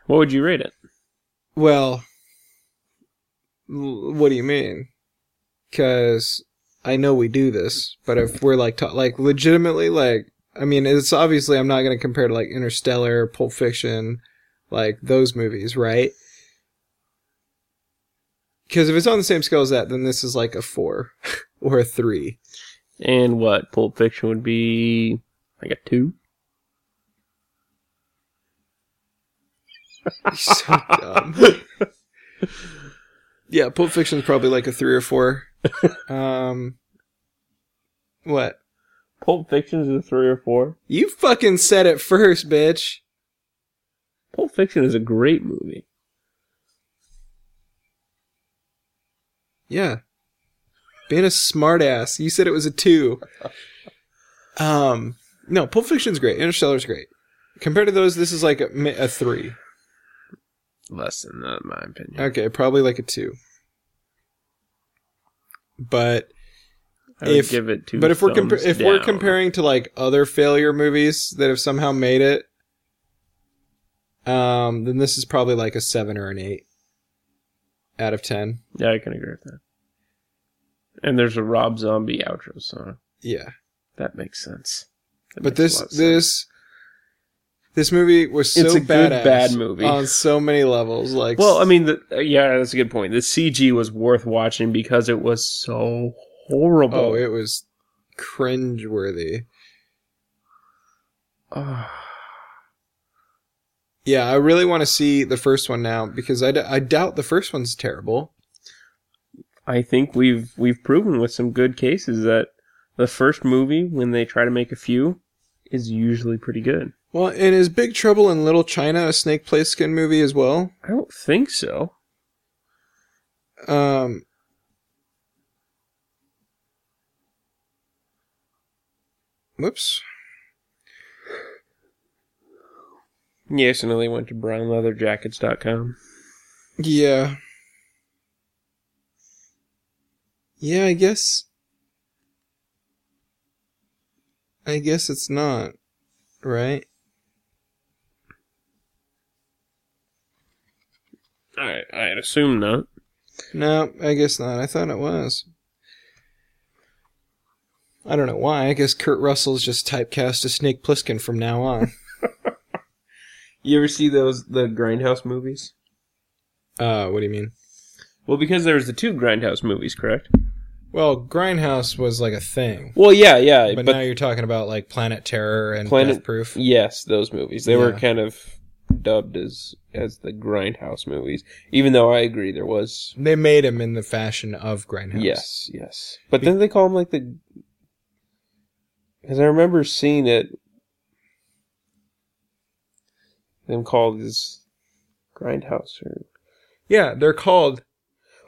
Speaker 2: What would you rate it?
Speaker 3: well, l- what do you mean? Because I know we do this, but if we're like ta- like legitimately like I mean, it's obviously I'm not going to compare to like Interstellar, Pulp Fiction, like those movies, right? Because if it's on the same scale as that, then this is like a four or a three.
Speaker 2: And what Pulp Fiction would be like a two.
Speaker 3: so dumb. yeah, Pulp Fiction is probably like a three or four. Um, what?
Speaker 2: Pulp Fiction is a three or four.
Speaker 3: You fucking said it first, bitch.
Speaker 2: Pulp Fiction is a great movie.
Speaker 3: Yeah. Being a smartass. You said it was a two. Um, no, Pulp Fiction's great. Interstellar's great. Compared to those, this is like a, mi- a three.
Speaker 2: Less than that, in my opinion.
Speaker 3: Okay, probably like a two. But
Speaker 2: I would
Speaker 3: if-
Speaker 2: give it two.
Speaker 3: but if we're compa-
Speaker 2: thumbs
Speaker 3: if we're
Speaker 2: down.
Speaker 3: comparing to like other failure movies that have somehow made it, um, then this is probably like a seven or an eight out of ten.
Speaker 2: yeah, I can agree with that. And there's a Rob Zombie outro, so
Speaker 3: Yeah,
Speaker 2: that makes sense. That
Speaker 3: but
Speaker 2: makes
Speaker 3: this
Speaker 2: a lot of sense.
Speaker 3: this this movie was so
Speaker 2: It's a good
Speaker 3: badass
Speaker 2: bad movie.
Speaker 3: on so many levels. Like,
Speaker 2: well, I mean, the, uh, yeah, that's a good point. The CG was worth watching because it was so horrible.
Speaker 3: oh, it was cringeworthy.
Speaker 2: Ah.
Speaker 3: Yeah, I really want to see the first one now because I, d- I doubt the first one's terrible.
Speaker 2: I think we've we've proven with some good cases that the first movie, when they try to make a few, is usually pretty good.
Speaker 3: Well, and is Big Trouble in Little China a Snake Plissken movie as well?
Speaker 2: I don't think so.
Speaker 3: Um, whoops.
Speaker 2: Yes, so no, they went to brownleatherjackets.com.
Speaker 3: Yeah. Yeah, I guess. I guess it's not, right?
Speaker 2: I I'd assume not.
Speaker 3: No, I guess not. I thought it was. I don't know why. I guess Kurt Russell's just typecast as Snake Plissken from now on.
Speaker 6: You ever see those the Grindhouse movies?
Speaker 3: uh, what do you mean?
Speaker 2: Well, because there was the two Grindhouse movies, correct?
Speaker 3: Well, Grindhouse was like a thing,
Speaker 2: Well, yeah, yeah,
Speaker 3: but,
Speaker 2: but,
Speaker 3: now you're talking about like Planet Terror and
Speaker 2: Planet-
Speaker 3: Death Proof.
Speaker 2: yes, those movies they were
Speaker 3: Yeah.
Speaker 2: kind of dubbed as as the Grindhouse movies, even though I agree there was
Speaker 3: They made him in the fashion of Grindhouse.
Speaker 2: Yes, yes. But then they call him like the. Because I remember seeing it. Them called as Grindhouse. Or,
Speaker 3: Yeah, they're called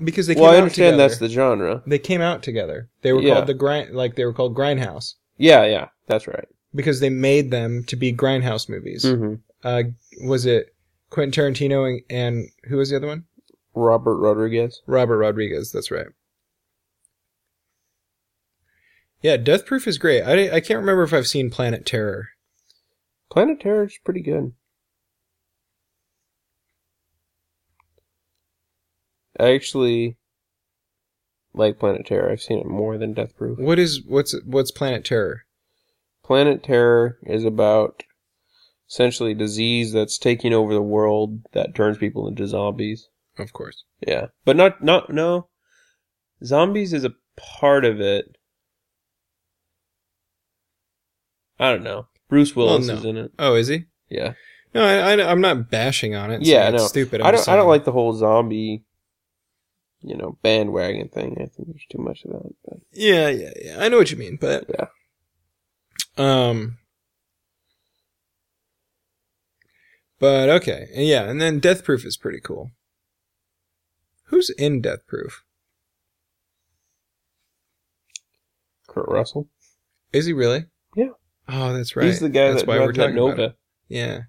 Speaker 3: because they came
Speaker 2: well, I
Speaker 3: out
Speaker 2: understand
Speaker 3: together.
Speaker 2: that's the genre.
Speaker 3: they came out together. They were
Speaker 2: Yeah.
Speaker 3: called the grind like they were called Grindhouse
Speaker 2: Yeah, yeah, that's right.
Speaker 3: because they made them to be Grindhouse movies.
Speaker 2: hmm
Speaker 3: Uh, was it Quentin Tarantino and, and who was the other one?
Speaker 2: Robert Rodriguez.
Speaker 3: Robert Rodriguez. That's right. Yeah, Death Proof is great. I, di- I can't remember if I've seen Planet Terror.
Speaker 2: Planet Terror is pretty good. I actually like Planet Terror. I've seen it more than Death Proof.
Speaker 3: What is what's what's Planet Terror?
Speaker 2: Planet Terror is about essentially disease that's taking over the world that turns people into zombies.
Speaker 3: Of course.
Speaker 2: Yeah, but not not no. Zombies is a part of it. I don't know. Bruce Willis
Speaker 3: Well, no.
Speaker 2: is in it.
Speaker 3: Oh, is he?
Speaker 2: Yeah,
Speaker 3: No, I, I, am not bashing on it. saying
Speaker 2: Yeah,
Speaker 3: it's
Speaker 2: no.
Speaker 3: stupid. I'm
Speaker 2: I
Speaker 3: just
Speaker 2: don't. I
Speaker 3: saying-
Speaker 2: don't like the whole zombie, you know, bandwagon thing. I think there's too much of that. But
Speaker 3: Yeah, yeah, yeah. I know what you mean, but
Speaker 2: Yeah.
Speaker 3: Um. But okay, and yeah, and then Death Proof is pretty cool. Who's in Death Proof?
Speaker 2: Kurt Russell,
Speaker 3: Is he really?
Speaker 2: Yeah.
Speaker 3: Oh, that's right.
Speaker 2: he's the guy
Speaker 3: that's
Speaker 2: that why that
Speaker 3: about him.
Speaker 2: Nova.
Speaker 3: Yeah.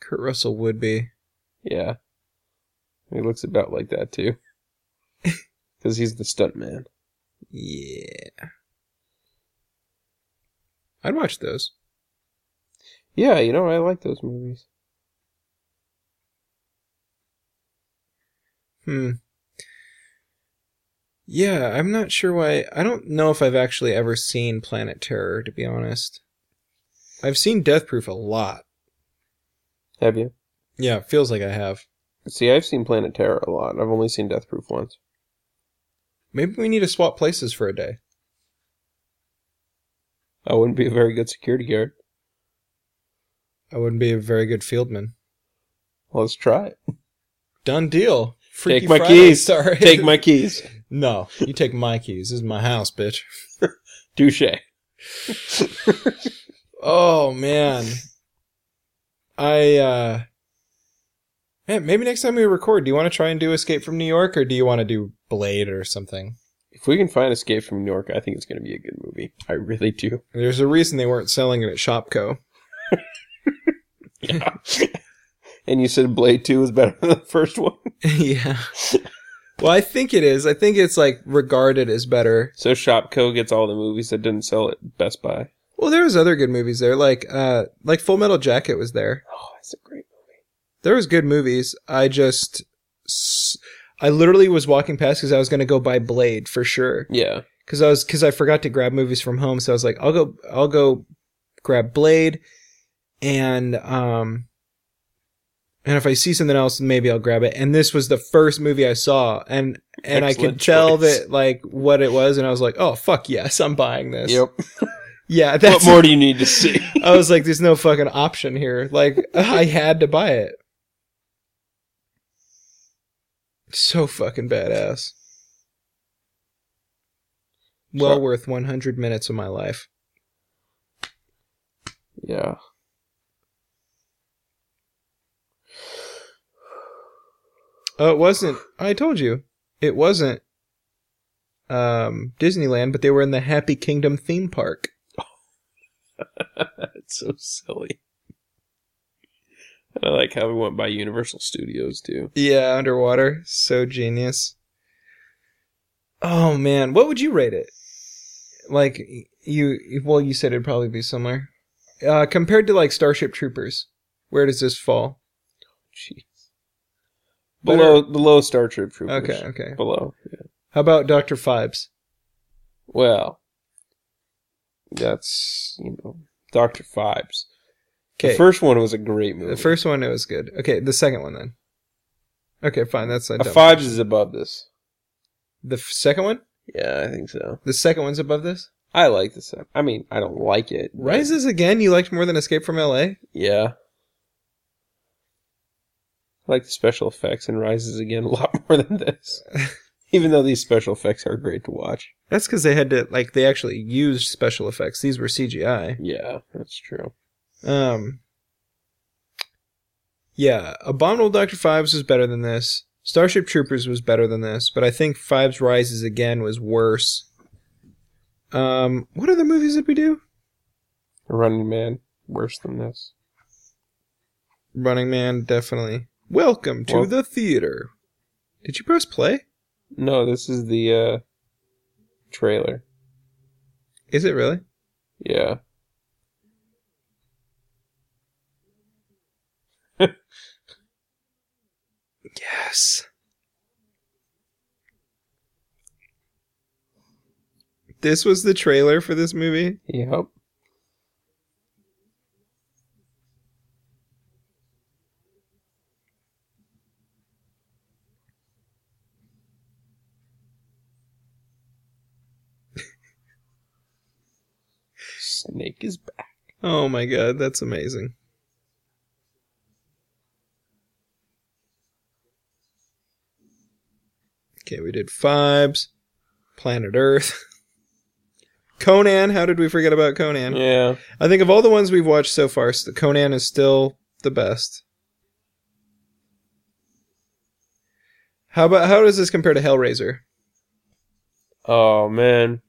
Speaker 3: Kurt Russell would be.
Speaker 2: Yeah, he looks about like that too, because he's the stunt man.
Speaker 3: Yeah. I'd watch those.
Speaker 2: Yeah, you know, I like those movies.
Speaker 3: Hmm. Yeah, I'm not sure why. I don't know if I've actually ever seen Planet Terror, to be honest. I've seen Death Proof a lot.
Speaker 2: Have you?
Speaker 3: Yeah, it feels like I have.
Speaker 2: See, I've seen Planet Terror a lot. I've only seen Death Proof once.
Speaker 3: Maybe we need to swap places for a day.
Speaker 2: I wouldn't be a very good security guard.
Speaker 3: I wouldn't be a very good fieldman.
Speaker 2: Let's try it.
Speaker 3: Done deal. Freaky
Speaker 2: Take my
Speaker 3: Friday,
Speaker 2: keys.
Speaker 3: Sorry.
Speaker 2: Take my keys.
Speaker 3: No, you take my keys. This is my house, bitch.
Speaker 2: Touche.
Speaker 3: Oh man. I uh Man, maybe next time we record, do you want to try and do Escape from New York or do you want to do Blade or something?
Speaker 2: If we can find Escape from New York, I think it's going to be a good movie. I really do.
Speaker 3: There's a reason they weren't selling it at Shopco.
Speaker 2: Yeah. and you said Blade 2 is better than the first one.
Speaker 3: yeah. Well, I think it is. I think it's like regarded as better.
Speaker 2: So Shopco gets all the movies that didn't sell at Best Buy.
Speaker 3: Well, there was other good movies there, like uh like Full Metal Jacket was there.
Speaker 2: Oh, that's a great
Speaker 3: There was good movies. I just s- I literally was walking past cuz I was going to go buy Blade for sure.
Speaker 2: movie. Yeah.
Speaker 3: because I was because I forgot to grab movies from home, so I was like, I'll go, I'll go grab Blade, and um, and if I see something else, maybe I'll grab it. And this was the first movie I saw, and and I could
Speaker 2: Excellent
Speaker 3: tell
Speaker 2: choice.
Speaker 3: that like what it was, and I was like, oh fuck yes, I'm buying this. Yeah,
Speaker 2: what
Speaker 3: that's.
Speaker 2: more do you need to see?
Speaker 3: I was like, there's no fucking option here. Like I had to buy it. So fucking badass. Well
Speaker 2: So-
Speaker 3: worth 100 minutes of my life.
Speaker 2: yeah.
Speaker 3: Oh, it wasn't. I told you. It wasn't um Disneyland, but they were in the Happy Kingdom theme park.
Speaker 2: That's so silly. And I like how we went by Universal Studios too.
Speaker 3: Yeah, underwater. So genius. Oh man, what would you rate it? Like you well, you said it'd probably be similar. Uh compared to like Starship Troopers. Where does this fall?
Speaker 2: Jeez. Below below Star Trek Troopers.
Speaker 3: Okay, okay.
Speaker 2: Below.
Speaker 3: How about Dr. Fibes?
Speaker 2: Well, that's you know Doctor Fibes.
Speaker 3: Okay.
Speaker 2: The first one was a great movie.
Speaker 3: The first one it was good. Okay, the second one then. Okay, fine. That's a
Speaker 2: uh,
Speaker 3: dumb-
Speaker 2: Fibes is above this.
Speaker 3: The f- second one?
Speaker 2: Yeah, I think so.
Speaker 3: The second one's above this?
Speaker 2: I like this. I mean, I don't like it. but-
Speaker 3: Rises Again, you liked more than Escape from LA?
Speaker 2: Yeah. I like the special effects and Rises again a lot more than this. Even though these special effects are great to watch.
Speaker 3: That's because they had to, like, they actually used special effects. These were CGI.
Speaker 2: Yeah, that's true.
Speaker 3: Um, yeah, Abominable Dr. Fives was better than this. Starship Troopers was better than this, but I think Fives Rises Again was worse. Um, what other movies did we do?
Speaker 2: Running Man, worse than this.
Speaker 3: Running Man, definitely. Welcome to
Speaker 2: Well-
Speaker 3: the theater. Did you press play?
Speaker 2: No, this is the uh trailer.
Speaker 3: Is it really?
Speaker 2: Yeah.
Speaker 3: Yes. This was the trailer for this movie.
Speaker 2: Yep. Snake is back.
Speaker 3: Oh my god, that's amazing. Okay, we did Fibes, Planet Earth, Conan. How did we forget about Conan?
Speaker 2: Yeah.
Speaker 3: I think of all the ones we've watched so far, s- Conan is still the best. How about how does this compare to Hellraiser?
Speaker 2: Oh man.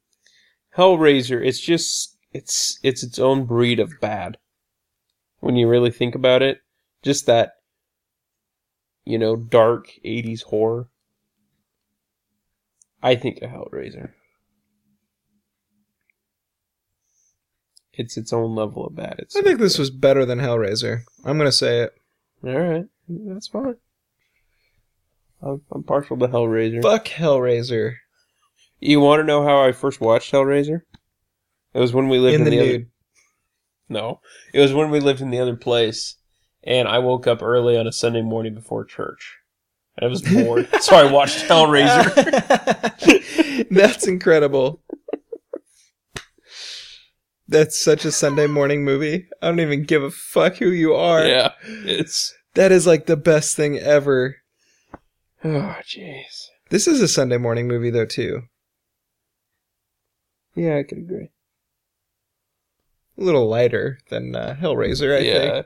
Speaker 2: Hellraiser, it's just it's it's its own breed of bad. When you really think about it, just that you know, dark 80s horror. I think of Hellraiser. It's its own level of bad. It's
Speaker 3: I think this was better than Hellraiser. I'm gonna say it.
Speaker 2: all right. That's fine. I'm, I'm partial to Hellraiser.
Speaker 3: Fuck Hellraiser
Speaker 2: You want to know how I first watched Hellraiser? It was when we lived in,
Speaker 3: in the
Speaker 2: the, other.
Speaker 3: nude.
Speaker 2: No, it was when we lived in the other place, and I woke up early on a Sunday morning before church, and I was bored, so I watched Hellraiser.
Speaker 3: That's incredible. That's such a Sunday morning movie. I don't even give a fuck who you are.
Speaker 2: yeah, it's
Speaker 3: That is like the best thing ever.
Speaker 2: oh jeez.
Speaker 3: This is a Sunday morning movie though too.
Speaker 2: Yeah, I could agree.
Speaker 3: A little lighter than uh, Hellraiser, I think.
Speaker 2: yeah,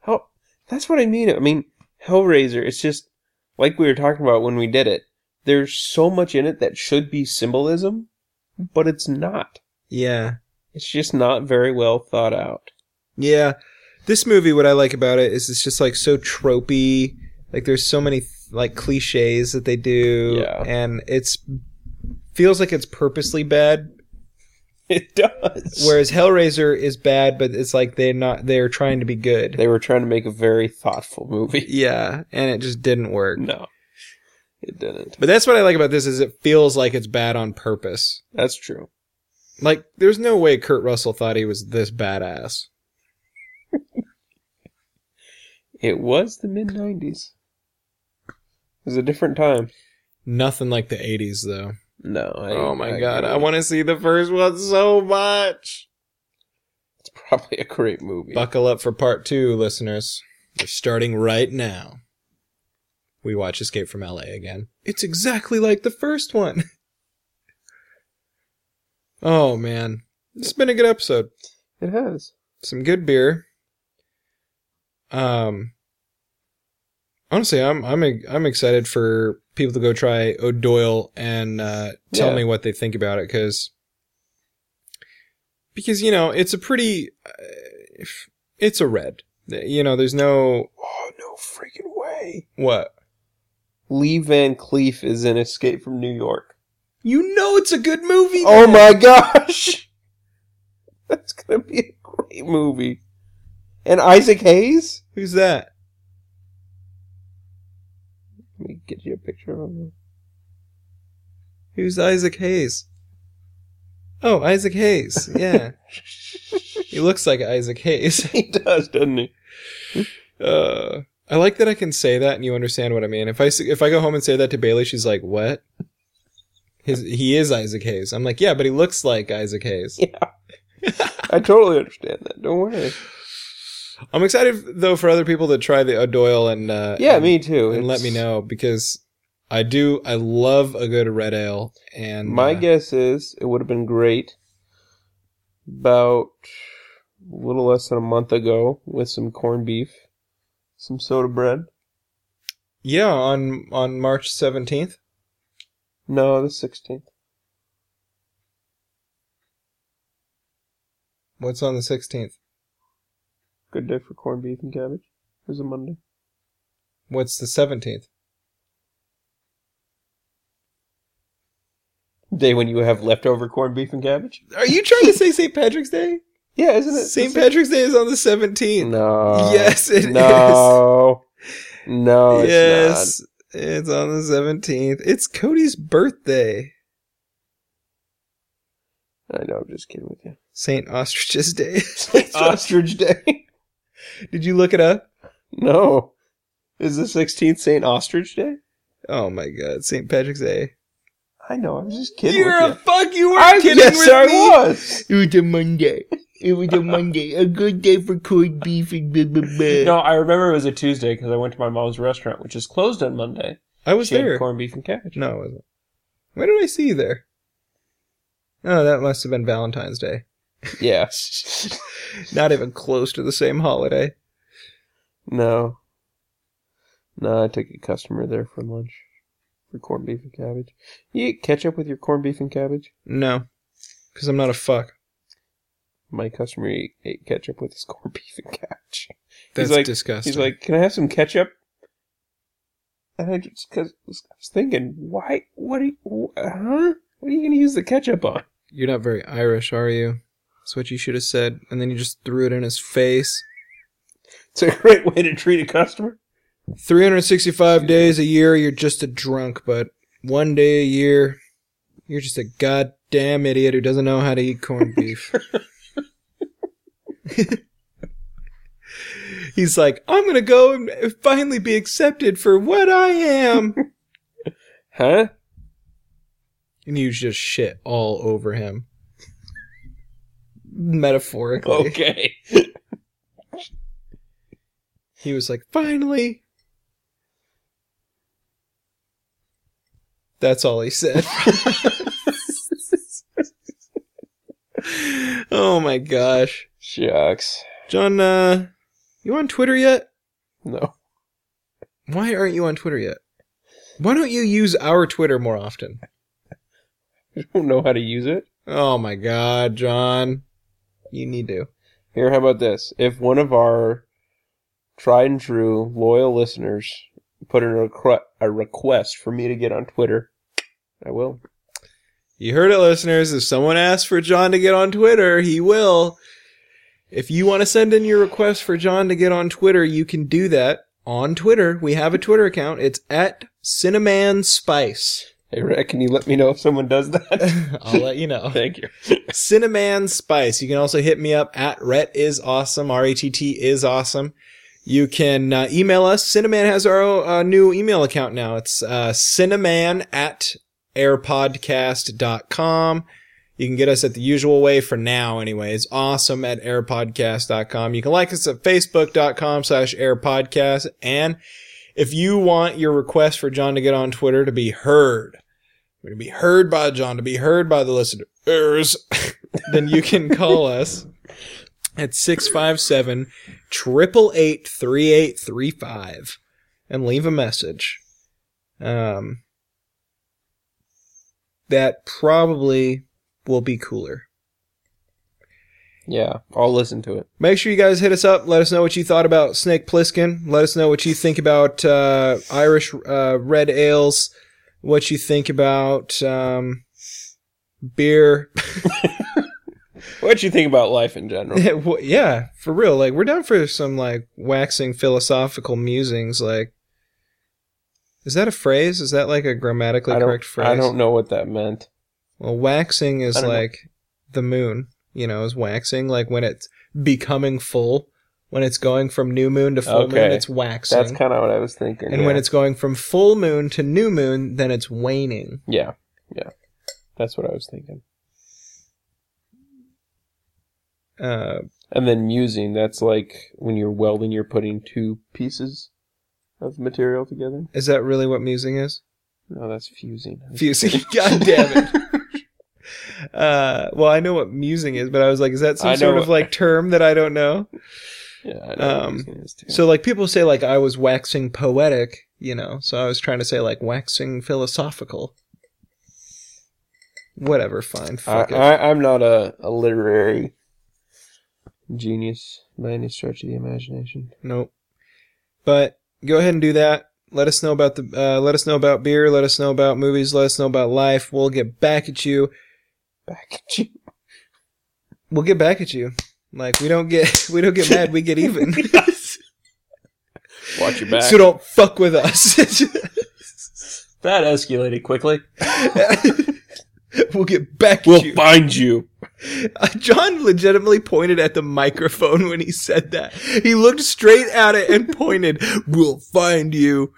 Speaker 2: Hell, that's what I mean. I mean Hellraiser. It's just like we were talking about when we did it. There's so much in it that should be symbolism, but it's not.
Speaker 3: Yeah.
Speaker 2: It's just not very well thought out.
Speaker 3: Yeah. This movie, what I like about it is it's just like so tropey. Like there's so many like cliches that they do.
Speaker 2: Yeah.
Speaker 3: And it's feels like it's purposely bad.
Speaker 2: It does.
Speaker 3: Whereas Hellraiser is bad, but it's like they're not they're trying to be good.
Speaker 2: they were trying to make a very thoughtful movie.
Speaker 3: Yeah. And it just didn't work.
Speaker 2: No, it didn't.
Speaker 3: But that's what I like about this is it feels like it's bad on purpose.
Speaker 2: That's true.
Speaker 3: Like there's no way Kurt Russell thought he was this badass.
Speaker 2: It was the mid '90s. It was a different time.
Speaker 3: Nothing like the 80s though.
Speaker 2: No. I,
Speaker 3: oh my
Speaker 2: I
Speaker 3: god,
Speaker 2: agree.
Speaker 3: I want to see the first one so much.
Speaker 2: It's probably a great movie.
Speaker 3: Buckle up for part two, listeners. We're starting right now. We watch Escape from LA again. It's exactly like the first one. oh, man. It's been a good episode.
Speaker 2: It has.
Speaker 3: Some good beer. Um, honestly, I'm, I'm, I'm excited for people to go try O'Doyle and, uh, tell
Speaker 2: Yeah.
Speaker 3: me what they think about it. Cause, because, you know, it's a pretty, uh, if- it's a red. You know, there's no
Speaker 2: Oh no freaking way!
Speaker 3: what.
Speaker 2: Lee Van Cleef is in Escape from New York.
Speaker 3: You know, it's a good movie.
Speaker 2: Oh my gosh! That's gonna be a great movie. And Isaac Hayes.
Speaker 3: who's that?
Speaker 2: Let me get you a picture of him.
Speaker 3: Who's Isaac Hayes? Oh, Isaac Hayes. Yeah, he looks like Isaac Hayes.
Speaker 2: he does, doesn't he?
Speaker 3: Uh, I like that I can say that and you understand what I mean. If I s- if I go home and say that to Bailey, she's like, "What?" His, he is Isaac Hayes. I'm like, yeah, but he looks like Isaac Hayes.
Speaker 2: I totally understand that. Don't worry.
Speaker 3: I'm excited though for other people to try the O'Doyle and uh,
Speaker 2: Yeah,
Speaker 3: and-
Speaker 2: me too.
Speaker 3: and let
Speaker 2: It's-
Speaker 3: me know because I do. I love a good red ale. And
Speaker 2: My
Speaker 3: uh,
Speaker 2: guess is it would have been great about a little less than a month ago with some corned beef, some soda bread.
Speaker 3: yeah, on on March 17th.
Speaker 2: No, the 16th.
Speaker 3: What's on the 16th?
Speaker 2: Good day for corned beef and cabbage. It was a Monday.
Speaker 3: What's the 17th?
Speaker 2: Day when you have leftover corned beef and cabbage?
Speaker 3: Are you trying to say St. Patrick's Day?
Speaker 2: Yeah, isn't it?
Speaker 3: St. Patrick's Day is on the 17th.
Speaker 2: No.
Speaker 3: yes, it is.
Speaker 2: no. No, it's
Speaker 3: yes, It's on the 17th. It's Cody's birthday.
Speaker 2: I know, I'm just kidding with you.
Speaker 3: Saint Ostrich's Day. Uh,
Speaker 2: Ostrich Day?
Speaker 3: Did you look it up?
Speaker 2: No. Is the 16th St. Ostrich Day?
Speaker 3: Oh my god, St. Patrick's Day.
Speaker 2: I know, I'm just kidding
Speaker 3: You're a
Speaker 2: with
Speaker 3: fuck, you were
Speaker 2: you. I-
Speaker 3: kidding
Speaker 2: yes,
Speaker 3: with
Speaker 2: I
Speaker 3: me.
Speaker 2: was.
Speaker 7: It was a Monday. It was a Monday. A good day for corned beef and blah, blah, blah.
Speaker 8: No, I remember it was a Tuesday because I went to my mom's restaurant, which is closed on Monday.
Speaker 3: I was
Speaker 8: she
Speaker 3: there.
Speaker 8: had corned beef and cabbage.
Speaker 3: No, I wasn't. Where did I see you there? Oh, that must have been Valentine's Day.
Speaker 2: Yeah.
Speaker 3: Not even close to the same holiday.
Speaker 2: No. No, I took a customer there for lunch. For corned beef and cabbage. You eat ketchup with your corned beef and cabbage?
Speaker 3: No. Because I'm not a fuck.
Speaker 2: My customer ate, ate ketchup with his corned beef and cabbage.
Speaker 3: That's
Speaker 2: like-
Speaker 3: disgusting.
Speaker 2: He's like, "Can I have some ketchup?" And I just cause I was thinking, why? What are you? wh- Huh? What are you gonna use the ketchup on?
Speaker 3: You're not very Irish, are you? That's what you should have said. And then you just threw it in his face.
Speaker 2: It's a great way to treat a customer.
Speaker 3: 365 days a year, you're just a drunk, but one day a year, you're just a goddamn idiot who doesn't know how to eat corned beef. He's like, I'm gonna go and finally be accepted for what I am.
Speaker 2: Huh?
Speaker 3: And you just shit all over him. Metaphorically.
Speaker 2: Okay.
Speaker 3: He was like, finally. That's all he said. oh my gosh.
Speaker 2: Shucks.
Speaker 3: John, uh, you on Twitter yet?
Speaker 2: No.
Speaker 3: Why aren't you on Twitter yet? Why don't you use our Twitter more often?
Speaker 2: I don't know how to use it.
Speaker 3: Oh my god, John. You need to.
Speaker 2: Here, how about this? If one of our tried and true loyal listeners put in a, requ- a request for me to get on Twitter, I will.
Speaker 3: You heard it, listeners. If someone asks for John to get on Twitter, he will. If you want to send in your request for John to get on Twitter, you can do that on Twitter. We have a Twitter account. It's at Cinnamon Spice.
Speaker 2: Hey, Rick, can you let me know if someone does that?
Speaker 3: I'll let you know.
Speaker 2: Thank you.
Speaker 3: Cinnamon Spice. You can also hit me up at Rhett is awesome. R E T T is awesome. You can uh, email us. Cinnamon has our uh, new email account now. It's uh, cinnamon at airpodcast.com. You can get us at the usual way for now, anyways. Awesome at airpodcast.com. You can like us at facebook.com slash airpodcast. And if you want your request for John to get on Twitter to be heard, to be heard by John, to be heard by the listeners, then you can call us at 657 888 3835 and leave a message. Um, that probably will be cooler.
Speaker 2: Yeah, I'll listen to it.
Speaker 3: Make sure you guys hit us up. Let us know what you thought about Snake Plissken. Let us know what you think about uh, Irish uh, red ales. What you think about um, beer?
Speaker 2: What you think about life in general?
Speaker 3: Well, yeah, for real. Like we're down for some like waxing philosophical musings. Like, is that a phrase? Is that like a grammatically
Speaker 2: I don't,
Speaker 3: correct phrase?
Speaker 2: I don't know what that meant.
Speaker 3: Well, waxing is
Speaker 2: I don't know.
Speaker 3: like the moon, you know, is waxing like when it's becoming full, when it's going from new moon to full moon,
Speaker 2: Okay.
Speaker 3: it's waxing.
Speaker 2: That's kind of what I was thinking.
Speaker 3: and
Speaker 2: yeah.
Speaker 3: when it's going from full moon to new moon, then it's waning.
Speaker 2: yeah, yeah, that's what I was thinking.
Speaker 3: Uh,
Speaker 2: And then musing, that's like when you're welding, you're putting two pieces of material together.
Speaker 3: is that really what musing is?
Speaker 2: No, that's fusing.
Speaker 3: Fusing. God damn it. Uh, well, I know what musing is, but I was like, is
Speaker 2: I
Speaker 3: that some
Speaker 2: know
Speaker 3: sort of
Speaker 2: what-
Speaker 3: like term that I don't know?
Speaker 2: Yeah, I know what
Speaker 3: Um,
Speaker 2: fusing is too.
Speaker 3: So like people say like I was waxing poetic, you know. So I was trying to say like waxing philosophical. Whatever, fine.
Speaker 2: I,
Speaker 3: Fuck it.
Speaker 2: I, I'm not a, a literary genius by any stretch of the imagination.
Speaker 3: Nope. But go ahead and do that. Let us know about the uh, let us know about beer, let us know about movies, let us know about life. We'll get back at you.
Speaker 2: Back at you.
Speaker 3: We'll get back at you. Like we don't get we don't get mad, we get even.
Speaker 2: Watch your back.
Speaker 3: so don't fuck with us.
Speaker 2: That escalated quickly.
Speaker 3: we'll get back to
Speaker 2: We'll
Speaker 3: you.
Speaker 2: find you.
Speaker 3: Uh, John legitimately pointed at the microphone when he said that. He looked straight at it and pointed, We'll find you.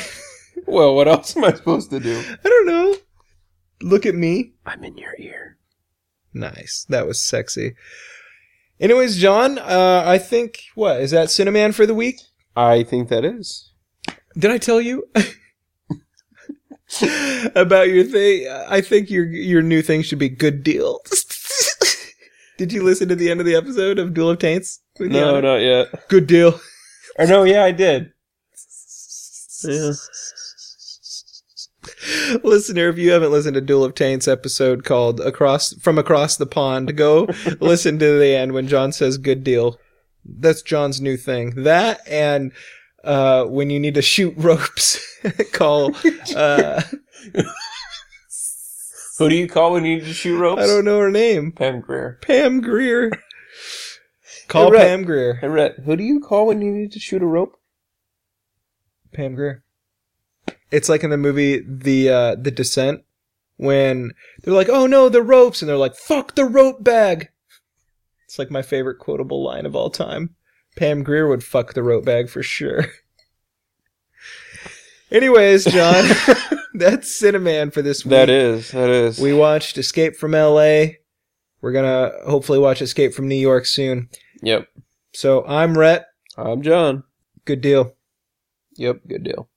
Speaker 2: Well, what else am I supposed to do?
Speaker 3: I don't know. Look at me.
Speaker 2: I'm in your ear.
Speaker 3: Nice. That was sexy. Anyways, John, uh, I think, what, is that Cinnamon for the week?
Speaker 2: I think that is.
Speaker 3: Did I tell you? About your thing, I think your your new thing should be good deal. Did you listen to the end of the episode of Duel of Taints? with
Speaker 2: No,
Speaker 3: Yana?
Speaker 2: not yet.
Speaker 3: Good deal.
Speaker 2: Or no, yeah, I did.
Speaker 3: Listener, if you haven't listened to Duel of Taints episode called Across from Across the Pond, go listen to the end when John says good deal. That's John's new thing. That and uh when you need to shoot ropes, call uh
Speaker 2: Who do you call when you need to shoot ropes?
Speaker 3: I don't know her name.
Speaker 2: Pam Greer.
Speaker 3: Pam Greer. Call
Speaker 2: Hey, Rhett.
Speaker 3: Pam Greer.
Speaker 2: Hey, Rhett, who do you call when you need to shoot a rope?
Speaker 3: Pam Grier. It's like in the movie The uh, The Descent when they're like, "Oh no, the ropes," and they're like, "Fuck the rope bag." It's like my favorite quotable line of all time. Pam Grier would fuck the rope bag for sure. Anyways, John, that's Cinnamon for this week.
Speaker 2: That is, that is.
Speaker 3: We watched Escape from L.A. We're gonna hopefully watch Escape from New York soon.
Speaker 2: Yep.
Speaker 3: So I'm Rhett.
Speaker 2: I'm John.
Speaker 3: Good deal.
Speaker 2: Yep, good deal.